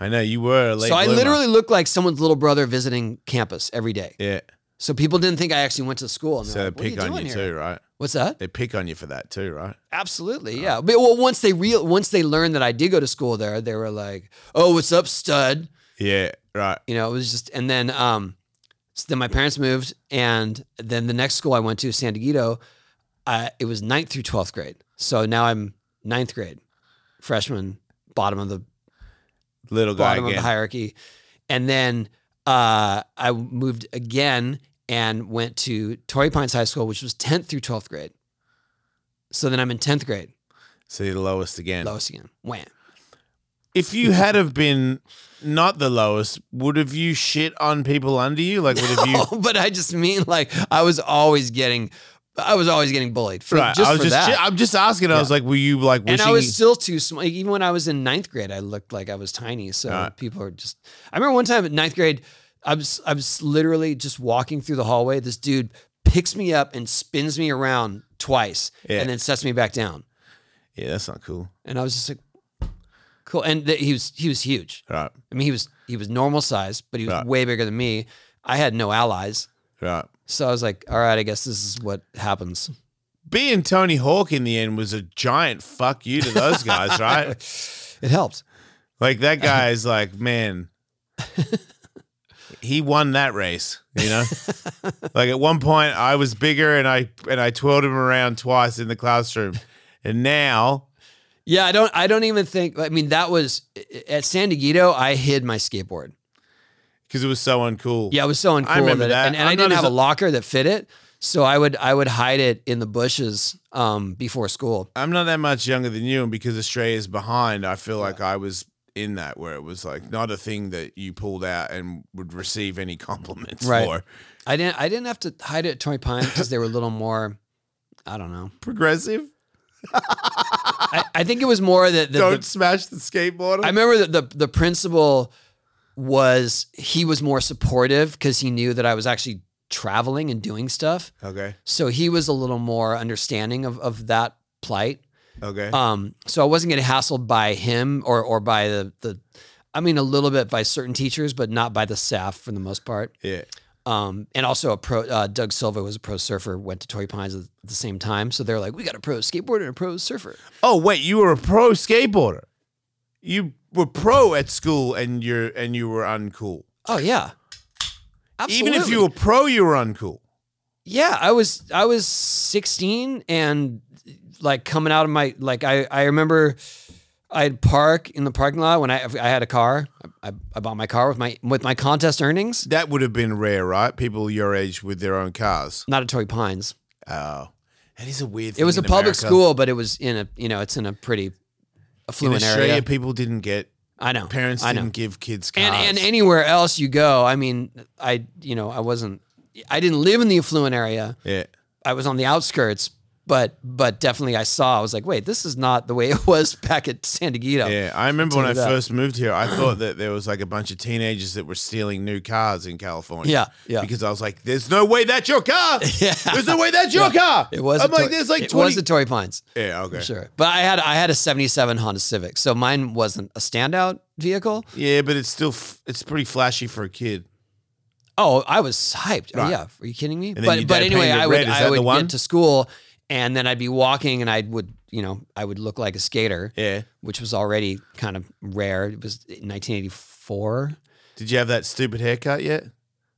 S2: I know you were. A late
S1: so I
S2: bloomer.
S1: literally looked like someone's little brother visiting campus every day.
S2: Yeah.
S1: So people didn't think I actually went to school. And
S2: So
S1: they're
S2: they
S1: like, what are
S2: pick on
S1: doing
S2: you
S1: here?"
S2: too, right?
S1: What's that?
S2: They pick on you for that too, right?
S1: Absolutely, yeah. But well, once they real once they learned that I did go to school there, they were like, "Oh, what's up, stud?"
S2: Yeah. Right.
S1: You know, it was just. And then, um, so then my parents moved, and then the next school I went to, San Diego, I, it was ninth through twelfth grade. So now I'm ninth grade, freshman, bottom of the
S2: Little guy
S1: bottom of
S2: again.
S1: the hierarchy. And then uh, I moved again and went to Torrey Pines High School, which was 10th through 12th grade. So then I'm in 10th grade,
S2: so you're the lowest again.
S1: lowest again. Wham.
S2: If you had have been not the lowest, would have you shit on people under you? Like would
S1: (laughs)
S2: have you?
S1: but I just mean like I was always getting, I was always getting bullied for,
S2: Right.
S1: just
S2: I was
S1: for
S2: just.
S1: that.
S2: I'm just asking. I was like, were you like
S1: and
S2: wishing?
S1: I was
S2: you-
S1: still too small. Even when I was in ninth grade, I looked like I was tiny. So
S2: Right.
S1: people are just. I remember one time at ninth grade, I was I was literally just walking through the hallway. This dude picks me up and spins me around twice,
S2: Yeah.
S1: and then sets me back down.
S2: yeah, that's not cool.
S1: And I was just like, cool. And th- he was he was huge.
S2: Right.
S1: I mean, he was he was normal size, but he was
S2: Right.
S1: way bigger than me. I had no allies,
S2: Right.
S1: so I was like, all right, I guess this is what happens.
S2: Being Tony Hawk in the end was a giant fuck you to those guys,
S1: (laughs)
S2: right?
S1: It helped.
S2: Like
S1: (laughs)
S2: that guy is like, man, he won that race,
S1: (laughs)
S2: you know? like at one point I was bigger and I and I twirled him around twice in the classroom. And now
S1: Yeah, I don't. I don't even think. I mean, that was at San Diego. I hid my skateboard.
S2: because it was so uncool.
S1: Yeah, it was so uncool.
S2: remember that.
S1: And, and
S2: I'm
S1: I didn't
S2: not
S1: have
S2: as-
S1: a locker that fit it, so I would I would hide it in the bushes um, before school.
S2: I'm not that much younger than you, and because Australia's behind, I feel like I was in that where it was like not a thing that you pulled out and would receive any compliments
S1: Right.
S2: for.
S1: I didn't I didn't have to hide it at Torrey Pine because they were a little more. I don't know.
S2: Progressive.
S1: I, I think it was more that the,
S2: Don't
S1: the-
S2: smash the skateboarder.
S1: I remember that the the principal was he was more supportive because he knew that I was actually traveling and doing stuff.
S2: okay.
S1: So he was a little more understanding of, of that plight.
S2: Okay.
S1: Um, so I wasn't getting hassled by him or or by the the I mean a little bit by certain teachers, but not by the staff for the most part.
S2: yeah.
S1: Um, and also a pro uh, Doug Silva was a pro surfer, went to Torrey Pines at the same time. So they're like, We got a pro skateboarder and a pro surfer.
S2: Oh wait, you were a pro skateboarder. You were pro at school, and you're and you were uncool.
S1: Oh yeah. Absolutely.
S2: Even if you were pro, you were uncool.
S1: Yeah, I was I was 16 and like coming out of my like I I remember I'd park in the parking lot when I I had a car. I, I bought my car with my with my contest earnings,
S2: That would have been rare, right? People your age with their own cars.
S1: not at Torrey Pines.
S2: Oh, that is a weird. thing
S1: It was a
S2: in
S1: public
S2: America.
S1: school, but it was in a you know it's in a pretty
S2: In
S1: affluent
S2: Australia,
S1: area.
S2: people didn't get
S1: I know
S2: parents
S1: I know.
S2: didn't give kids cars.
S1: And and anywhere else you go, I mean, I you know I wasn't I didn't live in the affluent area.
S2: yeah,
S1: I was on the outskirts, but but definitely I saw. I was like, wait, this is not the way (laughs) it was back at San Diego.
S2: yeah. I remember when I
S1: Something like that.
S2: first moved here, I thought that there was like a bunch of teenagers that were stealing new cars in California.
S1: Yeah, yeah.
S2: Because I was like, "There's no way that's your car.
S1: (laughs) Yeah.
S2: There's no way that's your car."
S1: It was.
S2: I'm
S1: a
S2: like,
S1: Toy-
S2: "There's like
S1: it
S2: 20
S1: was a Tory Pines,
S2: Yeah, okay.
S1: sure. But I had I had a '77 Honda Civic, so mine wasn't a standout vehicle.
S2: Yeah, but it's still f- it's pretty flashy for a kid.
S1: Oh, I was hyped. Oh,
S2: Right.
S1: yeah, are you kidding me?
S2: then your
S1: But
S2: dad
S1: but anyway,
S2: painted it
S1: I would
S2: red. Is that
S1: I
S2: the
S1: would
S2: one?
S1: get to school, and then I'd be walking, and I would you know I would look like a skater,
S2: Yeah.
S1: which was already kind of rare. It was 1984.
S2: Did you have that stupid haircut yet?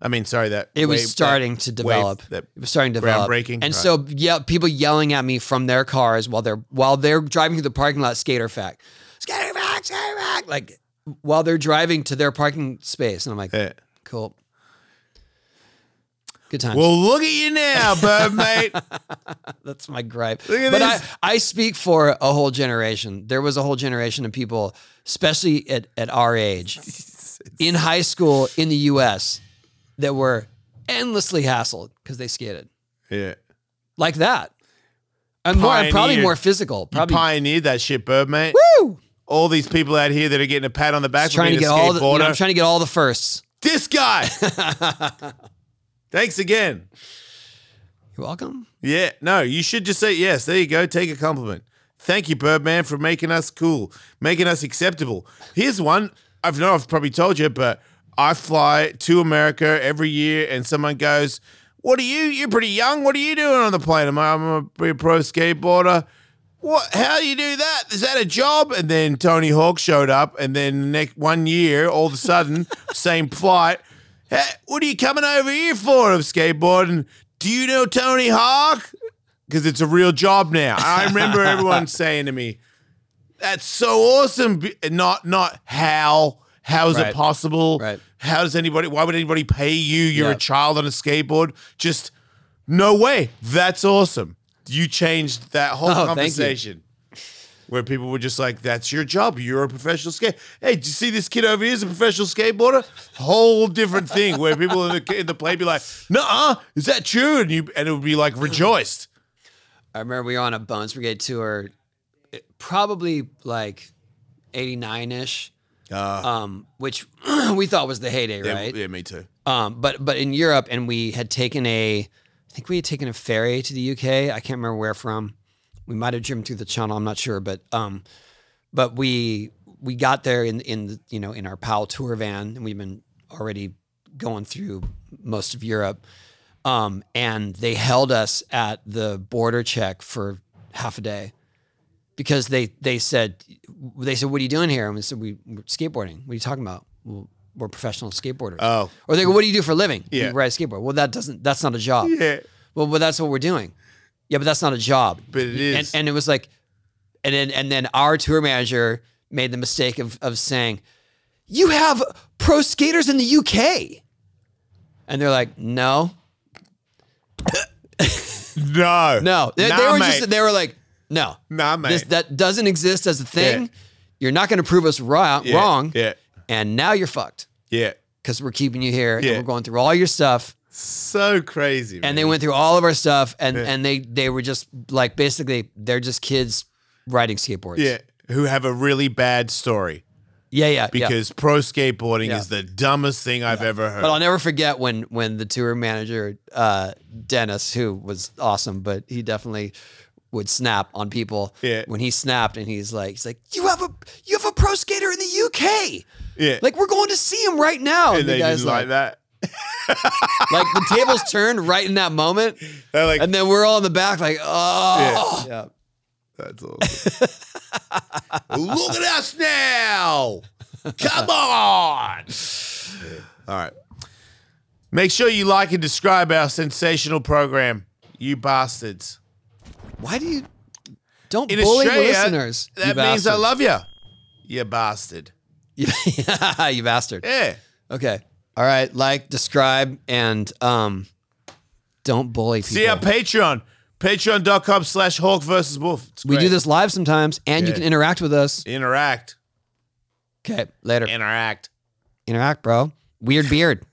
S2: I mean, sorry that
S1: It was
S2: wave- that
S1: starting to develop.
S2: that-
S1: it was starting to develop.
S2: groundbreaking,
S1: And
S2: right.
S1: so yeah, people yelling at me from their cars while they're while they're driving through the parking lot, skater fact. Skater fact, skater fact. Like (laughs) while they're driving to their parking space. And I'm like,
S2: Yeah.
S1: cool. Good times.
S2: Well, look at you now, bird
S1: (laughs)
S2: mate.
S1: That's my gripe.
S2: Look at
S1: but
S2: this.
S1: I, I speak for a whole generation. There was a whole generation of people, especially at, at our
S2: (laughs)
S1: age, in high school in the US, that were endlessly hassled because they skated
S2: yeah.
S1: like that. And more, and probably
S2: Pioneered.
S1: more physical. Probably.
S2: Pioneered that shit, bird mate.
S1: Woo!
S2: All these people out here that are getting a pat on the back
S1: Just
S2: for
S1: trying to
S2: being
S1: get
S2: a
S1: all the, you know,
S2: skateboarder.
S1: I'm trying to get all the firsts.
S2: this guy.
S1: (laughs)
S2: Thanks again.
S1: You're welcome.
S2: Yeah, no, you should just say yes. There you go. Take a compliment. Thank you, Birdman, for making us cool, making us acceptable. Here's one I've know I've probably told you, but I fly to America every year, and someone goes, "What are you? You're pretty young. What are you doing on the plane?" I'm, I'm a pretty pro skateboarder. What? How do you do that? Is that a job? And then Tony Hawk showed up, and then next one year, all of a sudden,
S1: (laughs)
S2: same flight. Hey, what are you coming over here for? I'm skateboarding. Do you know Tony Hawk? Because it's a real job now. I
S1: (laughs)
S2: remember everyone saying to me, "That's so awesome!" B- Not, not how. How is it
S1: Right.
S2: possible?
S1: Right.
S2: How does anybody? Why would anybody pay you? You're
S1: Yeah.
S2: a child on a skateboard. Just no way. That's awesome. You changed that whole
S1: Oh, thank you.
S2: conversation where people were just like, "That's your job. You're a professional skate." Hey, did you see this kid over here? Is a professional skateboarder. Whole different thing where people in the in the play be like, "Nah, is that true?" And you and it would be like rejoiced.
S1: I remember we were on a Bones Brigade tour, it- probably like 89 ish,
S2: Uh,
S1: um, which (clears throat) we thought was the heyday,
S2: yeah,
S1: right?
S2: yeah, me too.
S1: Um, but but in Europe, and we had taken a, I think we had taken a ferry to the UK. I can't remember where from. We might have driven through the channel. I'm not sure, but um, but we we got there in in the, you know in our PAL tour van, and we've been already going through most of Europe. Um, and they held us at the border check for half a day because they they said they said what are you doing here? And we said we we're skateboarding. What are you talking about? Well, we're professional skateboarders.
S2: Oh,
S1: Or they go, "What do you do for a living?"
S2: Yeah.
S1: You ride a skateboard. Well, that doesn't. That's not a job.
S2: yeah,
S1: Well, but that's what we're doing. Yeah, but that's not a job.
S2: but it is.
S1: And, and it was like, and then and then our tour manager made the mistake of of saying, "You have pro skaters in the UK," and they're like, "No,
S2: no,
S1: no." They, they
S2: Nah,
S1: were
S2: mate.
S1: just they were like, "No,
S2: Nah, mate.
S1: this that doesn't exist as a thing.
S2: Yeah.
S1: You're not going to prove us right,
S2: Yeah,
S1: wrong,
S2: Yeah,
S1: and now you're fucked
S2: yeah.
S1: because we're keeping you here
S2: Yeah.
S1: and we're going through all your stuff."
S2: So crazy.
S1: and
S2: man.
S1: they went through all of our stuff and and they they were just like basically they're just kids riding skateboards
S2: yeah, who have a really bad story.
S1: yeah yeah yeah.
S2: because pro skateboarding
S1: Yeah.
S2: is the dumbest thing I've ever heard.
S1: but i'll never forget when when the tour manager uh dennis who was awesome but he definitely would snap on people
S2: Yeah.
S1: when he snapped and he's like he's like you have a you have a pro skater in the uk
S2: yeah,
S1: like we're going to see him right now
S2: and
S1: the
S2: they didn't like that.
S1: like the tables turned right in that moment
S2: They're like,
S1: and then we're all in the back like oh yeah.
S2: (laughs) that's awesome. Look at us now! Come on! All right. Make sure you like and describe our sensational program, you bastards.
S1: Why do you don't
S2: In
S1: bully
S2: Australia,
S1: the listeners?
S2: that means I
S1: (laughs)
S2: love you, you bastard.
S1: you. you bastard.
S2: Yeah.
S1: Okay. All right. Like, describe, and um, don't bully people.
S2: See our Patreon, patreon.com slash Hawk versus Wolf. It's
S1: we do
S2: great.
S1: this live sometimes, and you
S2: Yeah.
S1: can interact with us.
S2: Interact.
S1: Okay. Later.
S2: Interact.
S1: interact, bro. Weird beard.